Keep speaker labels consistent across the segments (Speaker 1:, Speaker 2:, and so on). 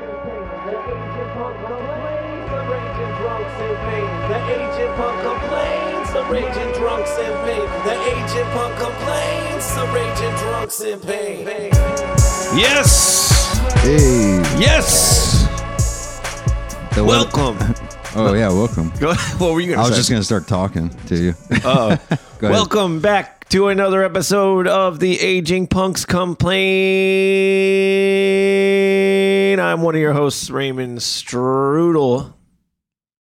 Speaker 1: The agent punk complains, the raging drunks in pain. The agent punk complains, the raging drunks in pain. The agent punk complains, the raging drunks in pain.
Speaker 2: Yes.
Speaker 3: Hey.
Speaker 2: Yes.
Speaker 3: The wel-
Speaker 2: Welcome.
Speaker 3: Oh yeah, welcome.
Speaker 2: Go- what were you going
Speaker 3: I
Speaker 2: to say?
Speaker 3: was just gonna start talking to you. Go ahead.
Speaker 2: Welcome back to another episode of the Aging Punks Complain. I'm one of your hosts, Raymond Strudel.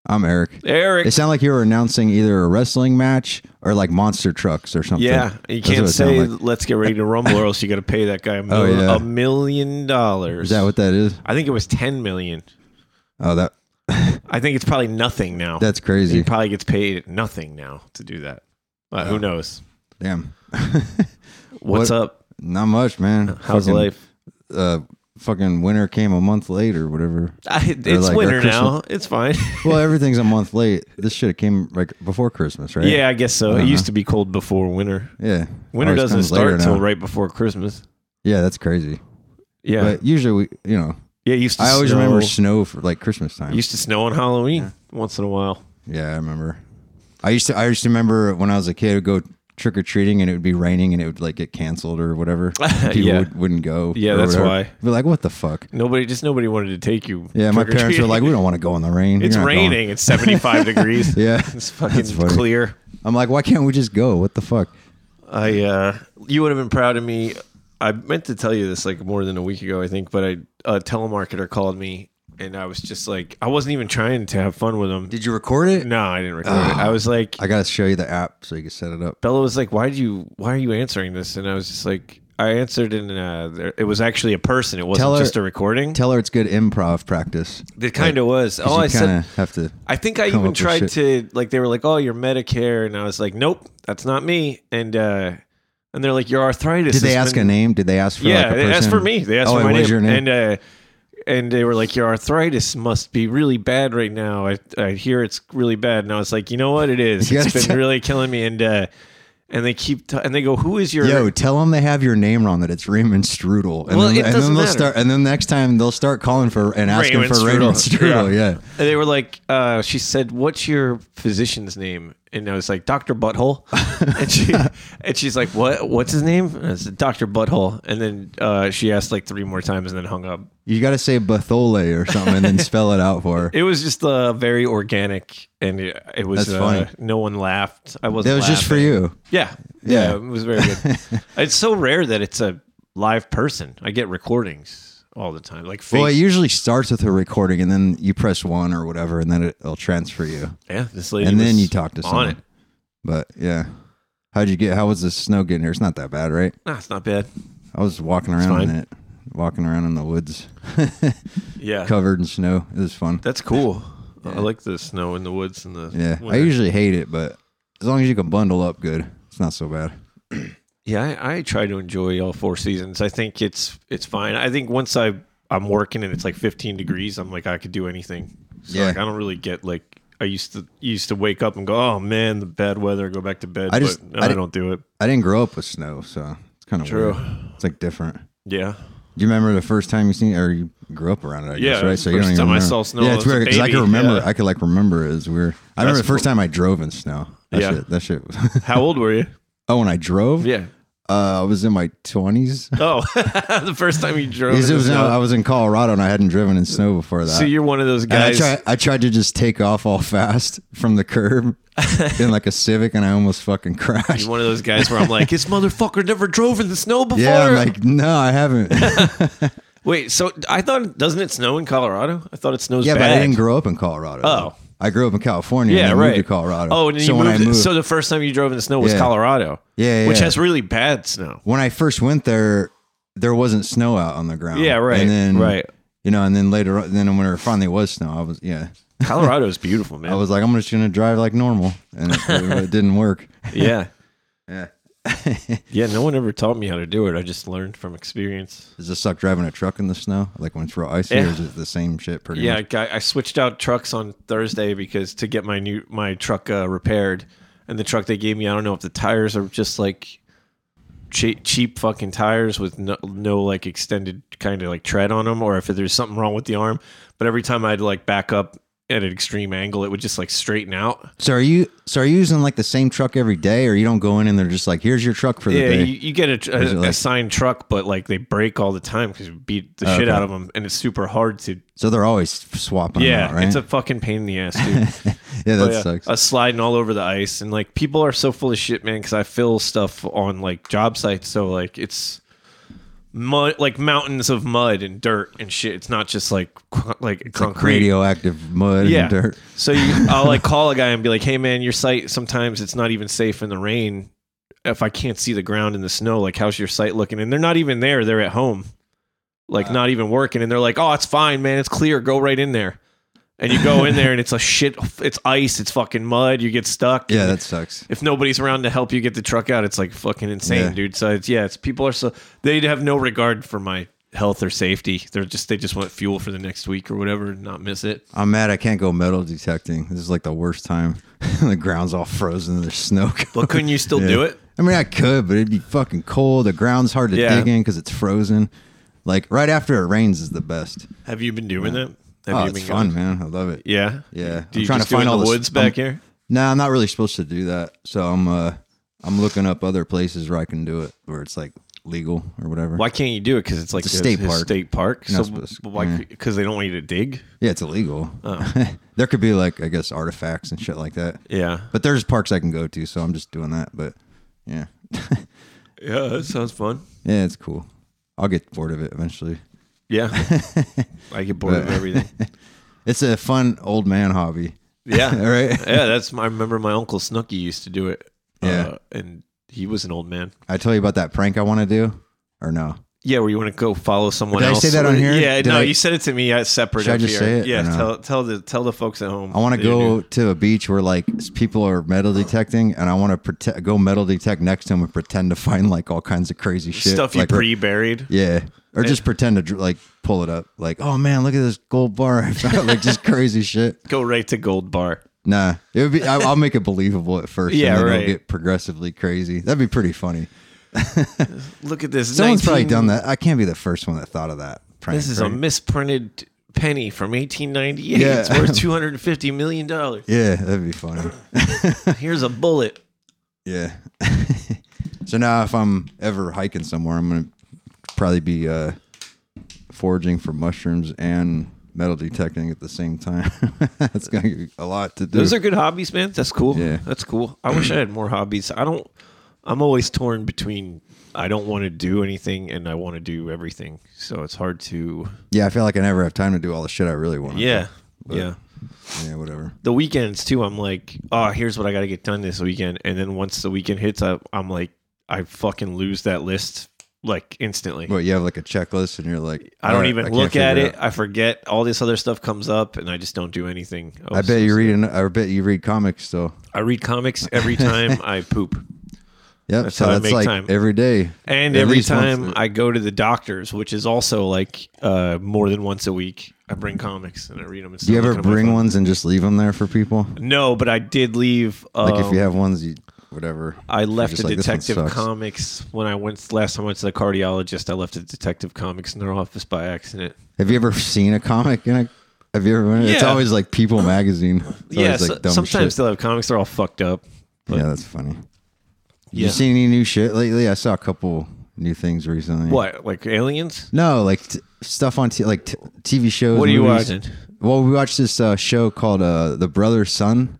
Speaker 3: I'm Eric.
Speaker 2: Eric.
Speaker 3: It sounded like you were announcing either a wrestling match or like monster trucks or something.
Speaker 2: yeah, you
Speaker 3: That's what
Speaker 2: can't
Speaker 3: it sounded
Speaker 2: say
Speaker 3: like. Oh,
Speaker 2: let's get ready to rumble, or else you got to pay that guy a mil-
Speaker 3: yeah.
Speaker 2: a million dollars.
Speaker 3: Is that what that is?
Speaker 2: I think it was ten million.
Speaker 3: Oh, that
Speaker 2: I think it's probably nothing now.
Speaker 3: that's
Speaker 2: he
Speaker 3: crazy.
Speaker 2: probably gets paid nothing now to do that. Uh, who knows?
Speaker 3: Damn.
Speaker 2: What's up?
Speaker 3: Not much, man.
Speaker 2: How's
Speaker 3: Fucking-
Speaker 2: life?
Speaker 3: Uh, fucking winter came a month late or whatever.
Speaker 2: I, it's
Speaker 3: like, or
Speaker 2: winter
Speaker 3: Christmas-
Speaker 2: now. It's fine.
Speaker 3: Well, everything's a month late. This should have came like before Christmas, right?
Speaker 2: Yeah, I guess so. It used to be cold before winter.
Speaker 3: Yeah.
Speaker 2: Winter
Speaker 3: Uh-huh. Always
Speaker 2: doesn't
Speaker 3: comes later
Speaker 2: start until
Speaker 3: now.
Speaker 2: right before Christmas.
Speaker 3: Yeah, that's crazy.
Speaker 2: Yeah,
Speaker 3: But usually we, you know,
Speaker 2: yeah. it Used to
Speaker 3: I always
Speaker 2: snow.
Speaker 3: remember snow for like Christmas time.
Speaker 2: used to snow on Halloween once in a while.
Speaker 3: Yeah, I remember. I used to I used to remember when I was a kid, I would go trick or treating and it would be raining and it would like get canceled or whatever. People
Speaker 2: Yeah.
Speaker 3: would, wouldn't go.
Speaker 2: Yeah,
Speaker 3: or
Speaker 2: that's
Speaker 3: whatever.
Speaker 2: why.
Speaker 3: Be like, what the fuck?
Speaker 2: Nobody, just nobody wanted to take you.
Speaker 3: Yeah, my parents were
Speaker 2: trick-or-treating.
Speaker 3: like, we don't want to go in the rain.
Speaker 2: "It's
Speaker 3: You're not going."
Speaker 2: raining. It's seventy-five degrees.
Speaker 3: Yeah,
Speaker 2: it's fucking
Speaker 3: that's funny.
Speaker 2: clear."
Speaker 3: I'm like, why can't we just go? What the fuck?
Speaker 2: I, uh, you would have been proud of me. I meant to tell you this like more than a week ago, I think, but I a telemarketer called me, and I was just like, I wasn't even trying to have fun with him.
Speaker 3: Did Ah. you record it?
Speaker 2: No, I didn't record it. I was like,
Speaker 3: I gotta show you the app so you can set it up.
Speaker 2: Bella was like, "Why do you? Why are you answering this?" And I was just like, "I answered in uh, there, it was actually a person. It wasn't
Speaker 3: Tell her-
Speaker 2: just a recording.
Speaker 3: Tell her it's good improv practice.
Speaker 2: it kind of was.
Speaker 3: 'Cause
Speaker 2: All
Speaker 3: you
Speaker 2: Oh, I
Speaker 3: kinda
Speaker 2: said,
Speaker 3: have to.
Speaker 2: I think I
Speaker 3: come up
Speaker 2: even
Speaker 3: with
Speaker 2: tried
Speaker 3: shit.
Speaker 2: to like. They were like, "Oh, you're Medicare," and I was like, "Nope, that's not me." And uh, and they're like, "Your arthritis."
Speaker 3: Did they
Speaker 2: has
Speaker 3: ask
Speaker 2: been-
Speaker 3: a name? Did they ask for
Speaker 2: Yeah,
Speaker 3: like a
Speaker 2: they asked
Speaker 3: person?
Speaker 2: for me. They asked
Speaker 3: oh,
Speaker 2: for
Speaker 3: and
Speaker 2: my
Speaker 3: what
Speaker 2: name.
Speaker 3: is your name?
Speaker 2: And uh, and they were like, "Your arthritis must be really bad right now. I I hear it's really bad." And I was like, "You know what? It is.
Speaker 3: You
Speaker 2: It's
Speaker 3: gotta
Speaker 2: been
Speaker 3: tell-
Speaker 2: really killing me." And uh, and they keep t- and they go, "Who is your?"
Speaker 3: Yo, tell them they have your name wrong. That it's Raymond Strudel. And
Speaker 2: Well,
Speaker 3: then,
Speaker 2: it
Speaker 3: and
Speaker 2: doesn't
Speaker 3: then they'll
Speaker 2: matter.
Speaker 3: start. And then next time they'll start calling for and asking
Speaker 2: Raymond
Speaker 3: for Raymond Strudel. Yeah.
Speaker 2: And they were like, uh, she said, "What's your physician's name?" And I was like, "Doctor Butthole." and she and she's like, "What? What's his name?" And I said, "Doctor Butthole." And then uh, she asked like three more times and then hung up.
Speaker 3: you got to say Bathole or something, and then spell it out for her.
Speaker 2: It was just uh, very organic, and it, it was uh,
Speaker 3: That's funny.
Speaker 2: No one laughed. I wasn't.
Speaker 3: That was just for
Speaker 2: laughing.
Speaker 3: you.
Speaker 2: Yeah, yeah,
Speaker 3: Yeah.
Speaker 2: It was very good. it's so rare that it's a live person. I get recordings all the time, like fake.
Speaker 3: Well, it usually starts with a recording, and then you press one or whatever, and then it'll transfer you,
Speaker 2: yeah, this lady.
Speaker 3: and then
Speaker 2: was
Speaker 3: you talk to
Speaker 2: on
Speaker 3: someone.
Speaker 2: it.
Speaker 3: But yeah, how'd you get? How was the snow getting here? It's not that bad, right?
Speaker 2: Nah, it's not bad.
Speaker 3: I was walking around in
Speaker 2: fine.
Speaker 3: it, walking around in the woods,
Speaker 2: Yeah,
Speaker 3: covered in snow. It was fun.
Speaker 2: That's cool. I like the snow in the woods and the
Speaker 3: Yeah, I
Speaker 2: winter.
Speaker 3: usually hate it, but as long as you can bundle up good, it's not so bad.
Speaker 2: yeah. I, I try to enjoy all four seasons. I think it's it's fine. I think once I I'm working and it's like 15 degrees, I'm like I could do anything. So
Speaker 3: Yeah.
Speaker 2: like I don't really get like I used to used to wake up and go, oh man, the bad weather, go back to bed.
Speaker 3: I just-
Speaker 2: but no,
Speaker 3: I
Speaker 2: I,
Speaker 3: di-
Speaker 2: don't do it.
Speaker 3: I didn't grow up with snow, so it's kind of
Speaker 2: True.
Speaker 3: Weird. It's like different.
Speaker 2: Yeah,
Speaker 3: Do you remember the first time you seen or you grew up around it? I
Speaker 2: Yeah,
Speaker 3: guess right. you
Speaker 2: first time I
Speaker 3: remember.
Speaker 2: saw snow
Speaker 3: Yeah,
Speaker 2: as
Speaker 3: it's
Speaker 2: a
Speaker 3: weird because I
Speaker 2: baby,
Speaker 3: can remember.
Speaker 2: yeah.
Speaker 3: I could like remember it. It's weird. I remember the
Speaker 2: That's
Speaker 3: first time I drove in snow. That
Speaker 2: Yeah.
Speaker 3: shit, that shit. Was
Speaker 2: how old were you?
Speaker 3: oh, when I drove,
Speaker 2: Yeah.
Speaker 3: uh, I was in my twenties.
Speaker 2: Oh, the first time you drove. in
Speaker 3: It
Speaker 2: the
Speaker 3: was
Speaker 2: snow.
Speaker 3: I was in Colorado and I hadn't driven in snow before that.
Speaker 2: so you're one of those
Speaker 3: And I
Speaker 2: guys.
Speaker 3: tried, I tried to just take off all fast from the curb in like a Civic, and I almost fucking crashed.
Speaker 2: You're one of those guys where I'm like, this motherfucker never drove in the snow before.
Speaker 3: Yeah, I'm like, no, I haven't.
Speaker 2: Wait, so I thought doesn't it snow in Colorado? I thought it snows.
Speaker 3: yeah,
Speaker 2: bad.
Speaker 3: but I didn't grow up in Colorado.
Speaker 2: Oh.
Speaker 3: I grew up in California.
Speaker 2: Yeah,
Speaker 3: and I
Speaker 2: right.
Speaker 3: Moved to Colorado.
Speaker 2: Oh, and then
Speaker 3: so
Speaker 2: you
Speaker 3: when
Speaker 2: moved,
Speaker 3: I moved,
Speaker 2: So the first time you drove in the snow was
Speaker 3: Yeah.
Speaker 2: Colorado.
Speaker 3: Yeah, yeah,
Speaker 2: which
Speaker 3: yeah.
Speaker 2: has really bad snow.
Speaker 3: when I first went there, there wasn't snow out on the ground.
Speaker 2: Yeah, right,
Speaker 3: And then
Speaker 2: right.
Speaker 3: you know, and then later, on, then when there finally was snow, I was yeah,
Speaker 2: Colorado is beautiful,
Speaker 3: I
Speaker 2: man.
Speaker 3: was like, I'm just gonna drive like normal, and it, it didn't work.
Speaker 2: yeah,
Speaker 3: Yeah,
Speaker 2: yeah. No one ever taught me how to do it. I just learned from experience.
Speaker 3: does it suck driving a truck in the snow? Like when it's real icy,
Speaker 2: Yeah.
Speaker 3: or is it the same shit? Pretty
Speaker 2: Yeah,
Speaker 3: much.
Speaker 2: I, I switched out trucks on Thursday because to get my new my truck uh, repaired, and the truck they gave me, I don't know if the tires are just like che- cheap fucking tires with no, no like extended kind of like tread on them, or if there's something wrong with the arm. But every time I'd like back up at an extreme angle, it would just like straighten out.
Speaker 3: So are you? So are you using like the same truck every day, or you don't go in and they're just like, "Here's your truck for the
Speaker 2: Yeah,
Speaker 3: day."
Speaker 2: you, you get a, tr-
Speaker 3: Is it
Speaker 2: a
Speaker 3: like-
Speaker 2: assigned truck, but like they break all the time because you beat the shit
Speaker 3: Okay.
Speaker 2: out of them, and it's super hard to.
Speaker 3: so they're always swapping. 'em
Speaker 2: Yeah,
Speaker 3: out, right?
Speaker 2: it's a fucking pain in the ass, dude.
Speaker 3: yeah,
Speaker 2: Oh,
Speaker 3: that
Speaker 2: yeah.
Speaker 3: sucks.
Speaker 2: Us sliding all over the ice, and like people are so full of shit, man. Because I fill stuff on like job sites, so like it's mud, like mountains of mud and dirt and shit. It's not just like con- like concrete.
Speaker 3: Radioactive mud
Speaker 2: yeah.
Speaker 3: and dirt.
Speaker 2: So you, I'll like call a guy and be like, "Hey, man, your site sometimes it's not even safe in the rain. If I can't see the ground in the snow, like how's your site looking?" And they're not even there; they're at home, like not even working. And they're like, "Oh, it's fine, man. It's clear. Go right in there." And you go in there, and it's a shit. It's ice. It's fucking mud. You get stuck.
Speaker 3: Yeah, that sucks.
Speaker 2: If nobody's around to help you get the truck out, it's like fucking insane,
Speaker 3: Yeah.
Speaker 2: dude. So it's yeah, it's people are so they have no regard for my health or safety. They're just they just want fuel for the next week or whatever and not miss it.
Speaker 3: I'm mad. I can't go metal detecting. This is like the worst time. the ground's all frozen. There's snow.
Speaker 2: But couldn't you still
Speaker 3: Yeah.
Speaker 2: do it?
Speaker 3: I mean, I could, but it'd be fucking cold. The ground's hard to
Speaker 2: Yeah.
Speaker 3: dig in because it's frozen. Like right after it rains is the best.
Speaker 2: Have you been doing that? Have
Speaker 3: oh,
Speaker 2: you
Speaker 3: it's
Speaker 2: been
Speaker 3: fun,
Speaker 2: going-
Speaker 3: man. I love it.
Speaker 2: Yeah.
Speaker 3: Yeah.
Speaker 2: Do
Speaker 3: I'm
Speaker 2: you
Speaker 3: trying
Speaker 2: just
Speaker 3: to
Speaker 2: do it
Speaker 3: find
Speaker 2: in
Speaker 3: all
Speaker 2: the
Speaker 3: this-
Speaker 2: woods back here?
Speaker 3: Nah, I'm not really supposed to do that. So I'm uh I'm looking up other places where I can do it where it's like legal or whatever.
Speaker 2: Why can't you do it? Because it's like
Speaker 3: It's a state
Speaker 2: his- his
Speaker 3: park.
Speaker 2: State park.
Speaker 3: You're
Speaker 2: So
Speaker 3: not supposed to-
Speaker 2: why? Because they don't want you to dig.
Speaker 3: Yeah, it's illegal.
Speaker 2: Oh.
Speaker 3: there could be like I guess artifacts and shit like that.
Speaker 2: Yeah.
Speaker 3: But there's parks I can go to, so I'm just doing that. But yeah.
Speaker 2: Yeah, that sounds fun.
Speaker 3: yeah, it's cool. I'll get bored of it eventually.
Speaker 2: Yeah. I get bored of
Speaker 3: But-
Speaker 2: everything.
Speaker 3: It's a fun old man hobby.
Speaker 2: Yeah.
Speaker 3: All right.
Speaker 2: Yeah, that's. My, I remember my uncle Snooky used to do it. uh,
Speaker 3: Yeah.
Speaker 2: and he was an old man.
Speaker 3: I tell you about that prank I want to do or no?
Speaker 2: Yeah, where you want to go follow someone
Speaker 3: Did I
Speaker 2: else.
Speaker 3: say that on here?
Speaker 2: Yeah,
Speaker 3: Did
Speaker 2: no,
Speaker 3: I-
Speaker 2: you said it to me at separate.
Speaker 3: Should I
Speaker 2: up
Speaker 3: just
Speaker 2: here.
Speaker 3: say it or
Speaker 2: Yeah,
Speaker 3: no?
Speaker 2: tell tell the tell the folks at home.
Speaker 3: I want to
Speaker 2: that you're
Speaker 3: go
Speaker 2: new.
Speaker 3: to a beach where like s- people are metal detecting, and I want to protect go metal detect next to them and pretend to find like all kinds of crazy shit,
Speaker 2: stuff you
Speaker 3: like, or-
Speaker 2: pre buried.
Speaker 3: yeah, or just pretend to dr- like pull it up, like oh man, look at this gold bar I found, like just crazy shit.
Speaker 2: Go right to Gold Bar.
Speaker 3: Nah, it would be I, I'll make it believable at first,
Speaker 2: Yeah,
Speaker 3: and then
Speaker 2: right.
Speaker 3: it'll get progressively crazy. That'd be pretty funny.
Speaker 2: Look at this.
Speaker 3: Someone's probably
Speaker 2: 19
Speaker 3: done that. I can't be the first one that thought of that. Prank,
Speaker 2: This is a
Speaker 3: right? misprinted.
Speaker 2: misprinted penny from 1898.
Speaker 3: Yeah.
Speaker 2: It's worth 250 million dollars.
Speaker 3: Yeah, that'd be funny.
Speaker 2: Here's a bullet.
Speaker 3: Yeah. so now, if I'm ever hiking somewhere, I'm gonna probably be uh, foraging for mushrooms and metal detecting at the same time. That's gonna be a lot to do.
Speaker 2: Those are good hobbies, man. That's cool.
Speaker 3: Yeah.
Speaker 2: That's cool. I wish I had more hobbies. I don't. I'm always torn between I don't want to do anything and I want to do everything. So it's hard to.
Speaker 3: yeah, I feel like I never have time to do all the shit I really want.
Speaker 2: Yeah.
Speaker 3: But-
Speaker 2: yeah.
Speaker 3: Yeah. Whatever.
Speaker 2: the weekends too i'm like oh here's what i gotta get done this weekend and then once the weekend hits I, i'm like i fucking lose that list like instantly
Speaker 3: But you have like a checklist, and you're like,
Speaker 2: i don't
Speaker 3: "Alright,
Speaker 2: even
Speaker 3: can't
Speaker 2: look at
Speaker 3: figure
Speaker 2: it i forget all this other stuff comes up and i just don't do anything
Speaker 3: out." I
Speaker 2: else.
Speaker 3: bet you read. An, I bet you read comics. So
Speaker 2: i read comics every time i poop
Speaker 3: yep.
Speaker 2: That's
Speaker 3: so
Speaker 2: how I
Speaker 3: that's
Speaker 2: make
Speaker 3: like
Speaker 2: time.
Speaker 3: every day.
Speaker 2: and
Speaker 3: At
Speaker 2: every
Speaker 3: least once
Speaker 2: time
Speaker 3: a-
Speaker 2: i go to the doctors which is also like uh more than once a week i bring comics and i read them
Speaker 3: do you ever bring ones and just leave them there for people?
Speaker 2: no but i did leave um,
Speaker 3: Like if you have ones, you whatever.
Speaker 2: I
Speaker 3: You're
Speaker 2: left
Speaker 3: just
Speaker 2: a
Speaker 3: like, "This one
Speaker 2: Detective
Speaker 3: sucks."
Speaker 2: Comics when I went last time I went to the cardiologist. I left a Detective Comics in their office by accident.
Speaker 3: Have you ever seen a comic in a? Have you ever? Been, It's
Speaker 2: Yeah.
Speaker 3: always like People magazine. It's
Speaker 2: yeah,
Speaker 3: always like
Speaker 2: so-
Speaker 3: dumb
Speaker 2: sometimes
Speaker 3: shit.
Speaker 2: they'll have comics. They're all fucked up.
Speaker 3: yeah, that's funny.
Speaker 2: Yeah.
Speaker 3: You seen any new shit lately? I saw a couple new things recently.
Speaker 2: What like aliens?
Speaker 3: No, like t- stuff on t- like t- TV shows.
Speaker 2: What are you
Speaker 3: movies.
Speaker 2: watching?
Speaker 3: Well, we watched this uh, show called uh, The Brother Son.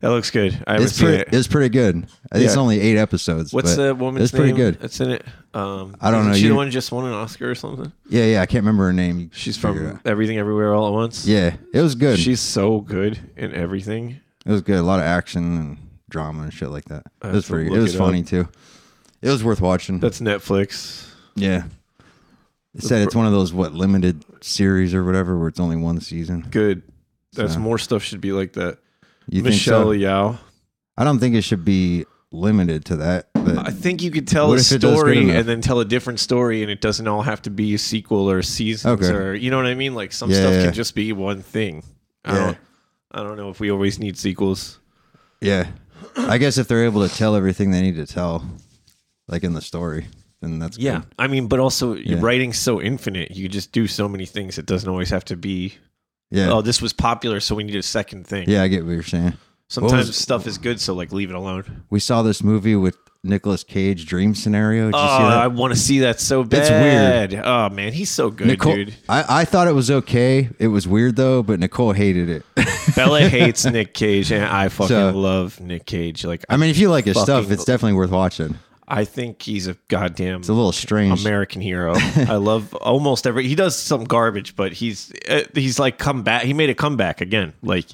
Speaker 2: That looks good. I haven't
Speaker 3: It's
Speaker 2: seen
Speaker 3: pretty.
Speaker 2: it.
Speaker 3: It's pretty good. It's
Speaker 2: Yeah.
Speaker 3: only eight episodes.
Speaker 2: What's
Speaker 3: but
Speaker 2: the woman's
Speaker 3: It's pretty
Speaker 2: name
Speaker 3: good.
Speaker 2: That's in it. Um,
Speaker 3: I don't
Speaker 2: isn't
Speaker 3: know,
Speaker 2: She the
Speaker 3: you-
Speaker 2: one who just won an Oscar or something.
Speaker 3: Yeah, yeah. I can't remember her name.
Speaker 2: She's
Speaker 3: Figure it
Speaker 2: from
Speaker 3: out.
Speaker 2: Everything Everywhere All at Once.
Speaker 3: Yeah, it was good.
Speaker 2: she's so good in everything.
Speaker 3: It was good. A lot of action and drama and shit like that. It
Speaker 2: have
Speaker 3: was
Speaker 2: to
Speaker 3: pretty. It
Speaker 2: look
Speaker 3: was
Speaker 2: it
Speaker 3: funny too. It was worth watching.
Speaker 2: That's Netflix.
Speaker 3: yeah. It said it's one of those what limited series or whatever where it's only one season.
Speaker 2: Good. That's
Speaker 3: So-
Speaker 2: more stuff should be like that.
Speaker 3: You
Speaker 2: Michelle
Speaker 3: think so?
Speaker 2: Yao.
Speaker 3: I don't think it should be limited to that. But
Speaker 2: I think you could tell
Speaker 3: What
Speaker 2: a
Speaker 3: if it does good
Speaker 2: story
Speaker 3: enough?
Speaker 2: and then tell a different story, and it doesn't all have to be a sequel or seasons
Speaker 3: Okay.
Speaker 2: or you know what I mean. Like some
Speaker 3: Yeah,
Speaker 2: stuff
Speaker 3: yeah, yeah.
Speaker 2: can just be one thing. I
Speaker 3: Yeah.
Speaker 2: don't. I don't know if we always need sequels.
Speaker 3: yeah, I guess if they're able to tell everything they need to tell, like in the story, and that's
Speaker 2: Yeah,
Speaker 3: good.
Speaker 2: I mean, but also
Speaker 3: Yeah.
Speaker 2: writing's so infinite. You just do so many things. It doesn't always have to be.
Speaker 3: yeah,
Speaker 2: Oh, this was popular, so we need a second thing.
Speaker 3: yeah. I get what you're saying.
Speaker 2: Sometimes
Speaker 3: was-
Speaker 2: stuff is good, so like leave it alone.
Speaker 3: We saw this movie with Nicolas Cage dream scenario. Did you
Speaker 2: Oh,
Speaker 3: see that?
Speaker 2: I want to see that so
Speaker 3: It's weird.
Speaker 2: bad. Oh man, he's so good,
Speaker 3: Nicole,
Speaker 2: dude.
Speaker 3: I, I thought it was okay. It was weird though, but Nicole hated it.
Speaker 2: Bella hates Nick Cage, and I fucking
Speaker 3: So-
Speaker 2: love Nick Cage. Like,
Speaker 3: I mean, if you like his stuff,
Speaker 2: Fucking-
Speaker 3: it's definitely worth watching.
Speaker 2: I think he's a goddamn
Speaker 3: It's a little strange.
Speaker 2: American hero. I love almost every. He does some garbage, but he's uh, he's like come back. He made a comeback again. Like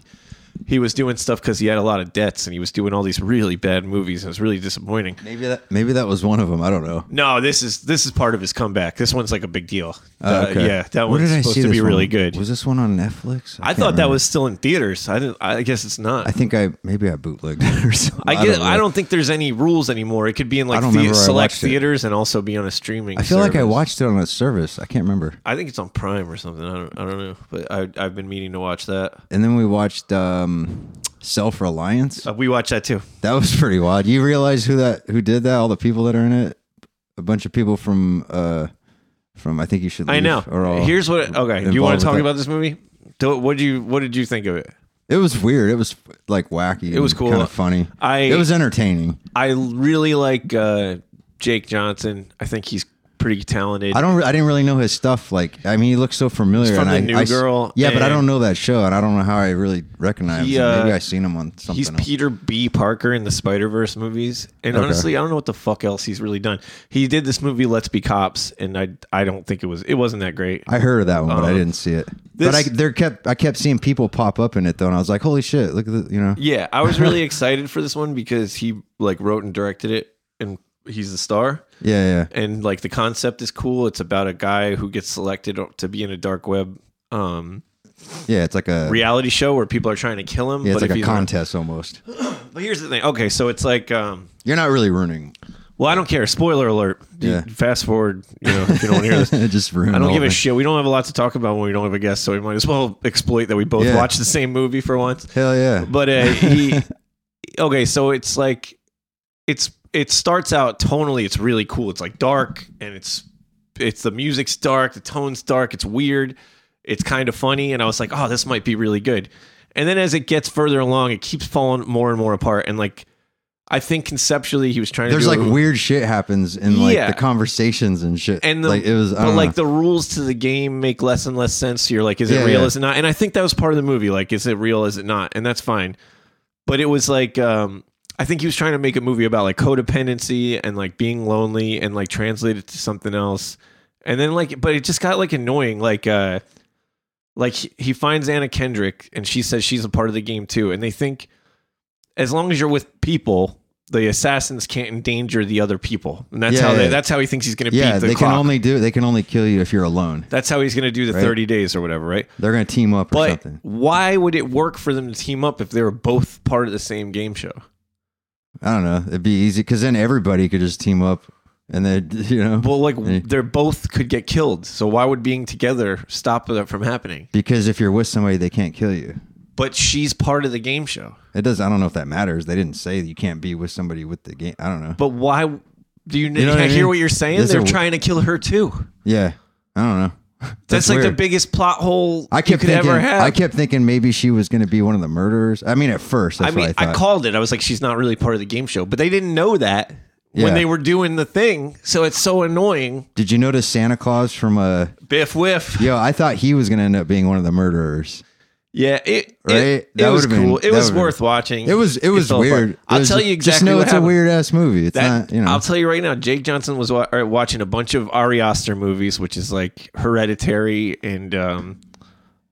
Speaker 2: he was doing stuff because he had a lot of debts, and he was doing all these really bad movies, and it was really disappointing.
Speaker 3: maybe that maybe that was one of them. I don't know.
Speaker 2: No, this is this is part of his comeback. This one's like a big deal.
Speaker 3: Oh,
Speaker 2: Uh,
Speaker 3: okay.
Speaker 2: yeah, that
Speaker 3: Where
Speaker 2: one's
Speaker 3: did I
Speaker 2: supposed
Speaker 3: see
Speaker 2: to be
Speaker 3: this
Speaker 2: really
Speaker 3: one?
Speaker 2: good.
Speaker 3: Was this one on Netflix?
Speaker 2: I
Speaker 3: can't
Speaker 2: thought that
Speaker 3: remember.
Speaker 2: was still in theaters. I didn't. I guess it's not.
Speaker 3: I think I maybe I bootlegged it or something.
Speaker 2: I get.
Speaker 3: know.
Speaker 2: I don't think there's any rules anymore. It could be in
Speaker 3: I
Speaker 2: like
Speaker 3: don't
Speaker 2: the-
Speaker 3: remember where I
Speaker 2: select
Speaker 3: watched it.
Speaker 2: theaters and also be on a streaming.
Speaker 3: I feel like I
Speaker 2: service.
Speaker 3: watched it on a service. I can't remember.
Speaker 2: I think it's on Prime or something. I don't. I don't know. But I, I've been meaning to watch that.
Speaker 3: And then we watched um, Self Reliance.
Speaker 2: Uh, we watched that too.
Speaker 3: That was pretty wild. You realize who that who did that? All the people that are in it. A bunch of people from uh, from I think you should. Leave
Speaker 2: I know.
Speaker 3: Or all
Speaker 2: Here's what. Okay. Do you want
Speaker 3: involved
Speaker 2: to talk
Speaker 3: with that.
Speaker 2: about this movie? Do, what do you? What did you think of it?
Speaker 3: It was weird. It was like wacky. It
Speaker 2: was cool.
Speaker 3: Kind of funny.
Speaker 2: I-
Speaker 3: it was entertaining.
Speaker 2: I really like uh, Jake Johnson. I think he's pretty talented.
Speaker 3: I don't. I didn't really know his stuff. Like, I mean, he looked so familiar.
Speaker 2: He's from
Speaker 3: and
Speaker 2: The
Speaker 3: I,
Speaker 2: New
Speaker 3: I s-
Speaker 2: Girl,
Speaker 3: Yeah, but I
Speaker 2: and-
Speaker 3: don't know that show, and I don't know how I really recognize
Speaker 2: He,
Speaker 3: him. Maybe
Speaker 2: uh,
Speaker 3: I seen him on something.
Speaker 2: He's
Speaker 3: else.
Speaker 2: Peter B. Parker in the Spider Verse movies, and
Speaker 3: Okay.
Speaker 2: honestly, I don't know what the fuck else he's really done. He did this movie, Let's Be Cops, and I I don't think it was it wasn't that great.
Speaker 3: I heard of that one, but I
Speaker 2: Um,
Speaker 3: didn't see it. but
Speaker 2: this-
Speaker 3: I there kept I kept seeing people pop up in it though, and I was like, holy shit! Look at the you know.
Speaker 2: Yeah, I was really excited for this one because he like wrote and directed it, and he's the star.
Speaker 3: Yeah, yeah.
Speaker 2: And like the concept is cool. It's about a guy who gets selected to be in a dark web um,
Speaker 3: Yeah, it's like a
Speaker 2: reality show where people are trying to kill him.
Speaker 3: yeah, it's like a
Speaker 2: he's-
Speaker 3: contest almost.
Speaker 2: but here's the thing. Okay, so it's like, um,
Speaker 3: You're not really ruining.
Speaker 2: well, I don't care. Spoiler alert. You
Speaker 3: Yeah.
Speaker 2: Fast forward. You know, if you don't hear this.
Speaker 3: it just ruined.
Speaker 2: I don't
Speaker 3: all
Speaker 2: give a
Speaker 3: of it.
Speaker 2: shit. We don't have a lot to talk about when we don't have a guest, so we might as well exploit that we both
Speaker 3: Yeah.
Speaker 2: watched the same movie for once.
Speaker 3: Hell yeah!
Speaker 2: But uh, he, okay, so it's like, it's it starts out tonally. It's really cool. It's like dark, and it's it's the music's dark, the tone's dark. It's weird. It's kind of funny, and I was like, oh, this might be really good. And then as it gets further along, it keeps falling more and more apart. And like, I think conceptually, he was trying
Speaker 3: There's
Speaker 2: to do
Speaker 3: like
Speaker 2: a-
Speaker 3: weird shit happens in like
Speaker 2: Yeah.
Speaker 3: the conversations and shit.
Speaker 2: and the,
Speaker 3: like it was, I
Speaker 2: but
Speaker 3: don't
Speaker 2: like
Speaker 3: know.
Speaker 2: the rules to the game make less and less sense. You're like, is
Speaker 3: Yeah,
Speaker 2: it real?
Speaker 3: yeah.
Speaker 2: Is it not? And I think that was part of the movie. Like, is it real? Is it not? And that's fine. But it was like, um, I think he was trying to make a movie about like codependency and like being lonely and like translate it to something else. And then like, but it just got like annoying. Like, uh, like he- he finds Anna Kendrick and she says she's a part of the game too. And they think as long as you're with people, the assassins can't endanger the other people. And that's
Speaker 3: Yeah,
Speaker 2: how they,
Speaker 3: yeah.
Speaker 2: that's how he thinks he's going to
Speaker 3: yeah,
Speaker 2: beat the
Speaker 3: they
Speaker 2: clock.
Speaker 3: can only do they can only kill you if you're alone.
Speaker 2: That's how he's going to do the
Speaker 3: Right.
Speaker 2: 30 days or whatever, right?
Speaker 3: They're gonna team up or
Speaker 2: But
Speaker 3: something.
Speaker 2: why would it work for them to team up if they were both part of the same game show?
Speaker 3: I don't know. It'd be easy because then everybody could just team up, and then you know
Speaker 2: Well, like
Speaker 3: Yeah.
Speaker 2: they're both could get killed. So why would being together stop that from happening?
Speaker 3: because if you're with somebody, they can't kill you.
Speaker 2: But she's part of the game show.
Speaker 3: It does. I don't know if that matters. They didn't say that you can't be with somebody with the game. I don't know.
Speaker 2: But why do you,
Speaker 3: know what I
Speaker 2: hear
Speaker 3: mean?
Speaker 2: what you're saying?
Speaker 3: This is
Speaker 2: they're
Speaker 3: a-
Speaker 2: trying to kill her too.
Speaker 3: yeah, I don't know.
Speaker 2: That's, like
Speaker 3: weird.
Speaker 2: the biggest plot hole
Speaker 3: I
Speaker 2: you
Speaker 3: kept
Speaker 2: could
Speaker 3: thinking.
Speaker 2: ever have.
Speaker 3: I kept thinking maybe she was going to be one of the murderers. I mean, at first,
Speaker 2: I
Speaker 3: that's
Speaker 2: mean,
Speaker 3: what I
Speaker 2: I,
Speaker 3: thought.
Speaker 2: called it. I was like, she's not really part of the game show. But they didn't know that
Speaker 3: Yeah.
Speaker 2: when they were doing the thing. So it's so annoying.
Speaker 3: Did you notice Santa Claus from uh
Speaker 2: Biff whiff.
Speaker 3: Yo, I thought he was going to end up being one of the murderers.
Speaker 2: Yeah, it
Speaker 3: Right?
Speaker 2: It, it
Speaker 3: That
Speaker 2: was
Speaker 3: would've been-
Speaker 2: cool.
Speaker 3: that
Speaker 2: it was
Speaker 3: would've been-
Speaker 2: worth watching.
Speaker 3: It was. It was
Speaker 2: fell apart.
Speaker 3: weird. It
Speaker 2: I'll
Speaker 3: was-
Speaker 2: tell you
Speaker 3: Just
Speaker 2: exactly.
Speaker 3: know
Speaker 2: what
Speaker 3: it's
Speaker 2: happened.
Speaker 3: a weird ass movie. It's
Speaker 2: That,
Speaker 3: not. You know.
Speaker 2: I'll tell you right now. Jake Johnson was wa- or watching a bunch of Ari Aster movies, which is like Hereditary and um,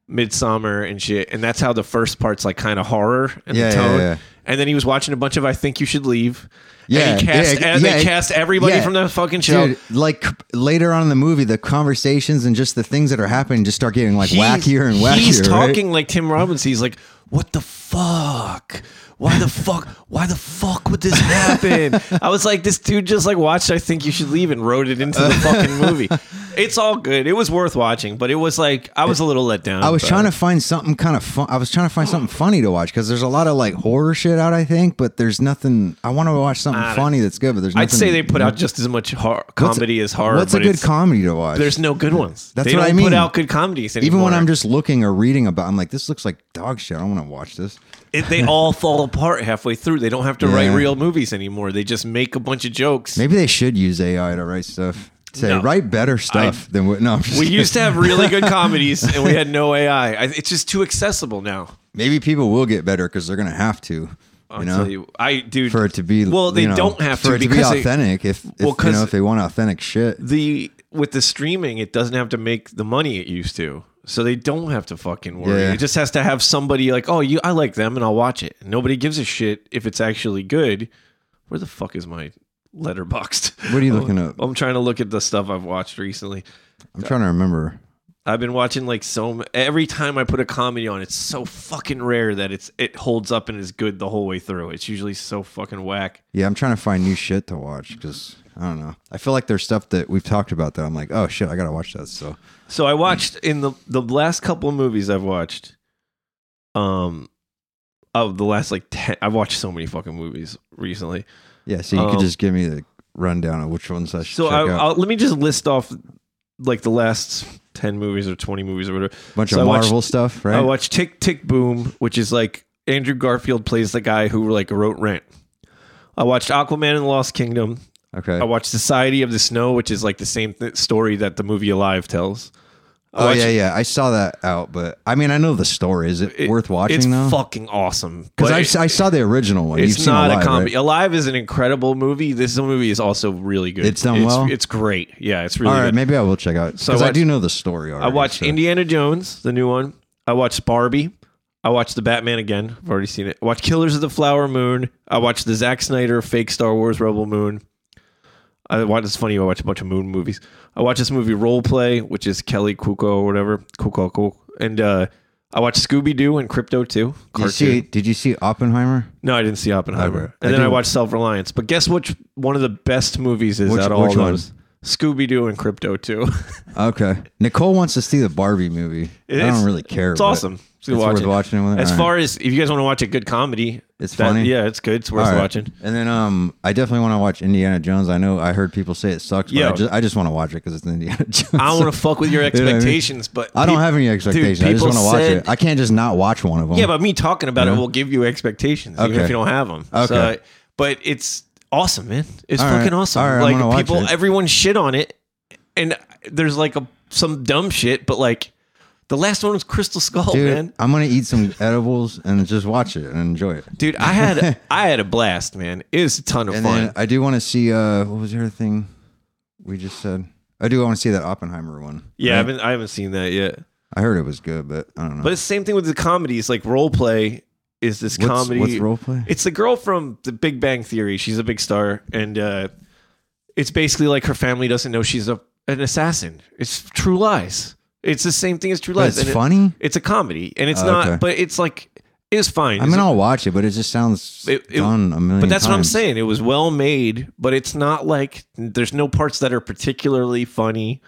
Speaker 2: Midsummer and shit. And that's how the first part's like kind of horror and
Speaker 3: Yeah,
Speaker 2: the
Speaker 3: yeah,
Speaker 2: tone.
Speaker 3: yeah.
Speaker 2: And then he was watching a bunch of I Think You Should Leave.
Speaker 3: Yeah,
Speaker 2: and he cast,
Speaker 3: yeah,
Speaker 2: and
Speaker 3: yeah.
Speaker 2: they cast everybody
Speaker 3: Yeah.
Speaker 2: from the fucking show.
Speaker 3: Dude, like later on in the movie, the conversations and just the things that are happening just start getting like
Speaker 2: He's-
Speaker 3: wackier and wackier.
Speaker 2: He's
Speaker 3: right?
Speaker 2: talking like Tim Robbins. He's like, "What the fuck? Why the fuck? Why the fuck would this happen?" I was like, "This dude just like watched. I think you should leave and wrote it into the fucking movie." It's all good. It was worth watching, but it was like I was a little let down.
Speaker 3: I was trying to find something kind of fun. I was trying to find something funny to watch because there's a lot of like horror shit out. I think, but there's nothing. I want to watch something
Speaker 2: don't-
Speaker 3: funny that's good, but there's. Nothing,
Speaker 2: I'd say they put out just as much hor-
Speaker 3: What's-
Speaker 2: comedy as horror.
Speaker 3: What's a
Speaker 2: but
Speaker 3: good
Speaker 2: it's-
Speaker 3: comedy to watch?
Speaker 2: There's no good ones.
Speaker 3: That's
Speaker 2: they
Speaker 3: what
Speaker 2: don't
Speaker 3: I
Speaker 2: Put
Speaker 3: mean.
Speaker 2: out good comedies anymore.
Speaker 3: even when I'm just looking or reading about. I'm like, this looks like dog shit. I don't want to watch this.
Speaker 2: It- they all fall apart halfway through. They don't have to
Speaker 3: Yeah.
Speaker 2: write real movies anymore. They just make a bunch of jokes.
Speaker 3: Maybe they should use AI to write stuff. Say
Speaker 2: No.
Speaker 3: write better stuff than what. No, I'm just
Speaker 2: We
Speaker 3: kidding.
Speaker 2: used to have really good comedies, and we had no AI. I, it's just too accessible now.
Speaker 3: maybe people will get better because they're gonna have to.
Speaker 2: I'll
Speaker 3: you
Speaker 2: tell
Speaker 3: know,
Speaker 2: you, I dude.
Speaker 3: for it to be
Speaker 2: well, they
Speaker 3: you know,
Speaker 2: don't have
Speaker 3: for
Speaker 2: to
Speaker 3: it to be
Speaker 2: because they-
Speaker 3: authentic. if if,
Speaker 2: Well,
Speaker 3: you
Speaker 2: 'cause-
Speaker 3: know if they want authentic shit,
Speaker 2: the with the streaming, it doesn't have to make the money it used to. So they don't have to fucking worry.
Speaker 3: Yeah.
Speaker 2: It just has to have somebody like, oh, you, I like them, and I'll watch it. Nobody gives a shit if it's actually good. Where the fuck is my letterboxed?
Speaker 3: What are you looking up?
Speaker 2: I'm trying to look at the stuff I've watched recently.
Speaker 3: I'm trying to remember.
Speaker 2: I've been watching like so. m- Every time I put a comedy on, it's so fucking rare that it's it holds up and is good the whole way through. It's usually so fucking whack.
Speaker 3: Yeah, I'm trying to find new shit to watch because I don't know. I feel like there's stuff that we've talked about that I'm like, oh shit, I gotta watch that. So
Speaker 2: So I watched in the the last couple of movies I've watched, um, oh the last like ten. I've watched so many fucking movies recently.
Speaker 3: yeah, so you
Speaker 2: Um,
Speaker 3: could just give me the rundown of which ones I should
Speaker 2: So
Speaker 3: check
Speaker 2: I,
Speaker 3: out.
Speaker 2: I'll, let me just list off like the last ten movies or twenty movies or whatever.
Speaker 3: Bunch
Speaker 2: so
Speaker 3: of
Speaker 2: I watched-
Speaker 3: Marvel stuff, right?
Speaker 2: I watched Tick Tick Boom, which is like Andrew Garfield plays the guy who like wrote Rent. I watched Aquaman and the Lost Kingdom.
Speaker 3: okay. Oh,
Speaker 2: I watched Society of the Snow, which is like the same th- story that the movie Alive tells. I
Speaker 3: oh
Speaker 2: watched-
Speaker 3: yeah, yeah. I saw that out, but I mean, I know the story. Is it,
Speaker 2: it-
Speaker 3: worth watching
Speaker 2: It's
Speaker 3: though?
Speaker 2: fucking awesome. But
Speaker 3: Because
Speaker 2: it-
Speaker 3: I, I saw the original one. You've
Speaker 2: it's
Speaker 3: seen
Speaker 2: not
Speaker 3: Alive,
Speaker 2: a comedy.
Speaker 3: right?
Speaker 2: Alive is an incredible movie. This movie is also really good.
Speaker 3: It's done well?
Speaker 2: It's great. Yeah, it's really
Speaker 3: All right,
Speaker 2: good.
Speaker 3: maybe I will check out because
Speaker 2: So I
Speaker 3: I
Speaker 2: watched-
Speaker 3: do know the story. Already,
Speaker 2: I watched
Speaker 3: so.
Speaker 2: Indiana Jones, the new one. I watched Barbie. I watched The Batman again. I've already seen it. I watched Killers of the Flower Moon. I watched the Zack Snyder fake Star Wars Rebel Moon. I watched. It's funny. I watch a bunch of moon movies. I watched this movie Role Play, which is Kelly Kuko or whatever Kuko Kuko, and uh, I watched Scooby Doo and Crypto too.
Speaker 3: Did you see? Did you see Oppenheimer?
Speaker 2: No, I didn't see Oppenheimer.
Speaker 3: Okay.
Speaker 2: And
Speaker 3: I
Speaker 2: then I
Speaker 3: do-
Speaker 2: watched Self Reliance. But guess which one of the best movies is
Speaker 3: Which-
Speaker 2: out of all
Speaker 3: which one?
Speaker 2: those? Scooby Doo and Crypto too.
Speaker 3: Okay. Nicole wants to see the Barbie movie. I
Speaker 2: It's-
Speaker 3: don't really care.
Speaker 2: It's
Speaker 3: but
Speaker 2: awesome.
Speaker 3: It's worth watching. with-
Speaker 2: As
Speaker 3: All right.
Speaker 2: far as if you guys want to watch a good comedy,
Speaker 3: It's funny?
Speaker 2: Yeah, it's good. It's worth
Speaker 3: All right.
Speaker 2: watching.
Speaker 3: And then um, I definitely want to watch Indiana Jones. I know I heard people say it sucks, but
Speaker 2: Yo.
Speaker 3: I just I just want to watch it because it's Indiana Jones.
Speaker 2: I don't want to fuck with your
Speaker 3: what I mean?
Speaker 2: expectations, but
Speaker 3: I don't
Speaker 2: peop-
Speaker 3: have any
Speaker 2: dude,
Speaker 3: expectations. I just
Speaker 2: people
Speaker 3: want to watch
Speaker 2: said-
Speaker 3: it. I can't just not watch one of them.
Speaker 2: yeah, but me talking about it will give you expectations, even
Speaker 3: Okay.
Speaker 2: if you don't have them.
Speaker 3: Okay.
Speaker 2: but it's awesome, man. It's
Speaker 3: All right.
Speaker 2: fucking awesome.
Speaker 3: All right, I'm gonna
Speaker 2: like
Speaker 3: watch
Speaker 2: people,
Speaker 3: it.
Speaker 2: everyone shit on it, and there's like a some dumb shit, but like the last one was Crystal Skull,
Speaker 3: dude,
Speaker 2: man.
Speaker 3: I'm gonna eat some edibles and just watch it and enjoy it.
Speaker 2: Dude, I had I had a blast, man. It was a ton of
Speaker 3: And
Speaker 2: fun.
Speaker 3: then I do want to see uh, what was the other thing we just said? I do want to see that Oppenheimer one.
Speaker 2: yeah, I
Speaker 3: right?
Speaker 2: haven't I haven't seen that yet.
Speaker 3: I heard it was good, but I don't know.
Speaker 2: But it's the same thing with the comedies. Like role play is this
Speaker 3: What's-
Speaker 2: comedy.
Speaker 3: what's role play?
Speaker 2: It's the girl from The Big Bang Theory. She's a big star, and uh, it's basically like her family doesn't know she's a an assassin. It's True Lies. It's the same thing as True
Speaker 3: But
Speaker 2: Lies.
Speaker 3: it's
Speaker 2: and it-
Speaker 3: funny?
Speaker 2: it's a comedy, and it's
Speaker 3: Oh,
Speaker 2: not.
Speaker 3: okay.
Speaker 2: But it's like it's fine.
Speaker 3: I
Speaker 2: It's-
Speaker 3: mean, I'll watch it, but it just sounds
Speaker 2: It- it-
Speaker 3: done a million.
Speaker 2: but that's what I'm
Speaker 3: times.
Speaker 2: saying. It was well made, but it's not like there's no parts that are particularly funny.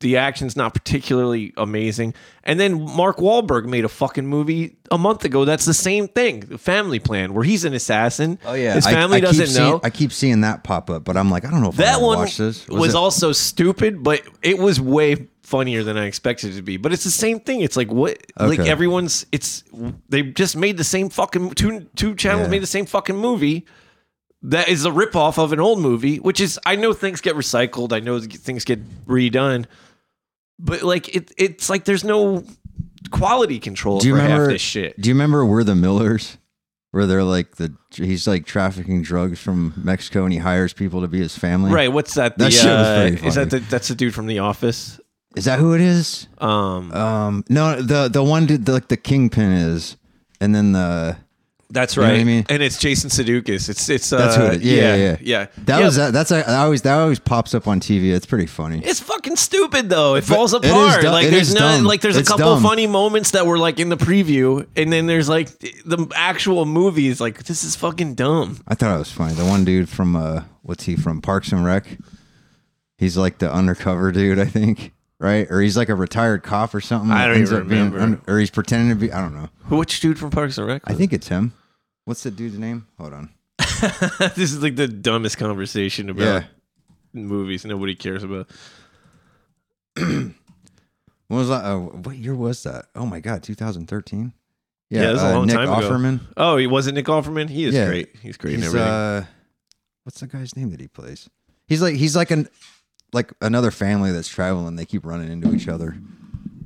Speaker 2: The action's not particularly amazing. And then Mark Wahlberg made a fucking movie a month ago. That's the same thing, The Family Plan, where he's an assassin.
Speaker 3: Oh yeah,
Speaker 2: his
Speaker 3: I-
Speaker 2: family
Speaker 3: I keep
Speaker 2: doesn't
Speaker 3: seeing-
Speaker 2: know.
Speaker 3: I keep seeing that pop up, but I'm like, I don't know if I
Speaker 2: that
Speaker 3: wanna
Speaker 2: one
Speaker 3: watch this.
Speaker 2: was,
Speaker 3: it-
Speaker 2: also stupid, but it was way funnier than I expected it to be. But it's the same thing. It's like what, like
Speaker 3: Okay.
Speaker 2: everyone's. It's they just made the same fucking two two channels
Speaker 3: Yeah.
Speaker 2: made the same fucking movie. That is a ripoff of an old movie, which is I know things get recycled. I know things get redone, but like it, it's like there's no quality control
Speaker 3: do you
Speaker 2: for
Speaker 3: remember
Speaker 2: half this shit.
Speaker 3: Do you remember we're the Millers? Where they're like the he's like trafficking drugs from Mexico and he hires people to be his family.
Speaker 2: Right? What's that? The,
Speaker 3: That shit was
Speaker 2: uh,
Speaker 3: pretty
Speaker 2: is that the,
Speaker 3: funny.
Speaker 2: that's the dude from The Office?
Speaker 3: Is that who it is?
Speaker 2: Um,
Speaker 3: Um no the the one dude the, like the kingpin is and then the
Speaker 2: That's
Speaker 3: know
Speaker 2: right.
Speaker 3: what I mean?
Speaker 2: And it's Jason Sudeikis. It's it's uh,
Speaker 3: that's who it is. Yeah, yeah.
Speaker 2: yeah,
Speaker 3: yeah. That
Speaker 2: Yeah,
Speaker 3: was that that's a, that always that always pops up on TV. It's pretty funny.
Speaker 2: It's fucking stupid though. It falls
Speaker 3: it is
Speaker 2: apart.
Speaker 3: du-
Speaker 2: like
Speaker 3: it
Speaker 2: there's
Speaker 3: is
Speaker 2: none.
Speaker 3: dumb.
Speaker 2: Like there's a
Speaker 3: It's
Speaker 2: couple
Speaker 3: dumb.
Speaker 2: funny moments that were like in the preview, and then there's like the actual movie is like this is fucking dumb.
Speaker 3: I thought it was funny. The one dude from uh what's he from Parks and Rec? He's like the undercover dude, I think, right? Or he's like a retired cop or something.
Speaker 2: I
Speaker 3: that
Speaker 2: don't
Speaker 3: ends
Speaker 2: even
Speaker 3: up being
Speaker 2: remember.
Speaker 3: un- or he's pretending to be. I don't know.
Speaker 2: Who- Which dude from Parks and Rec?
Speaker 3: I think it's him. What's the dude's name? Hold on.
Speaker 2: this is like the dumbest conversation about
Speaker 3: Yeah.
Speaker 2: movies nobody cares about.
Speaker 3: When was that? Uh, what year was that? Oh my god, 2013.
Speaker 2: Yeah, it was a long
Speaker 3: uh, Nick
Speaker 2: time ago.
Speaker 3: Offerman.
Speaker 2: Oh, he wasn't Nick Offerman. He is
Speaker 3: Yeah.
Speaker 2: great. He's great and
Speaker 3: He's,
Speaker 2: everything.
Speaker 3: uh, what's the guy's name that he plays? He's like he's like an like another family that's traveling. They keep running into each other.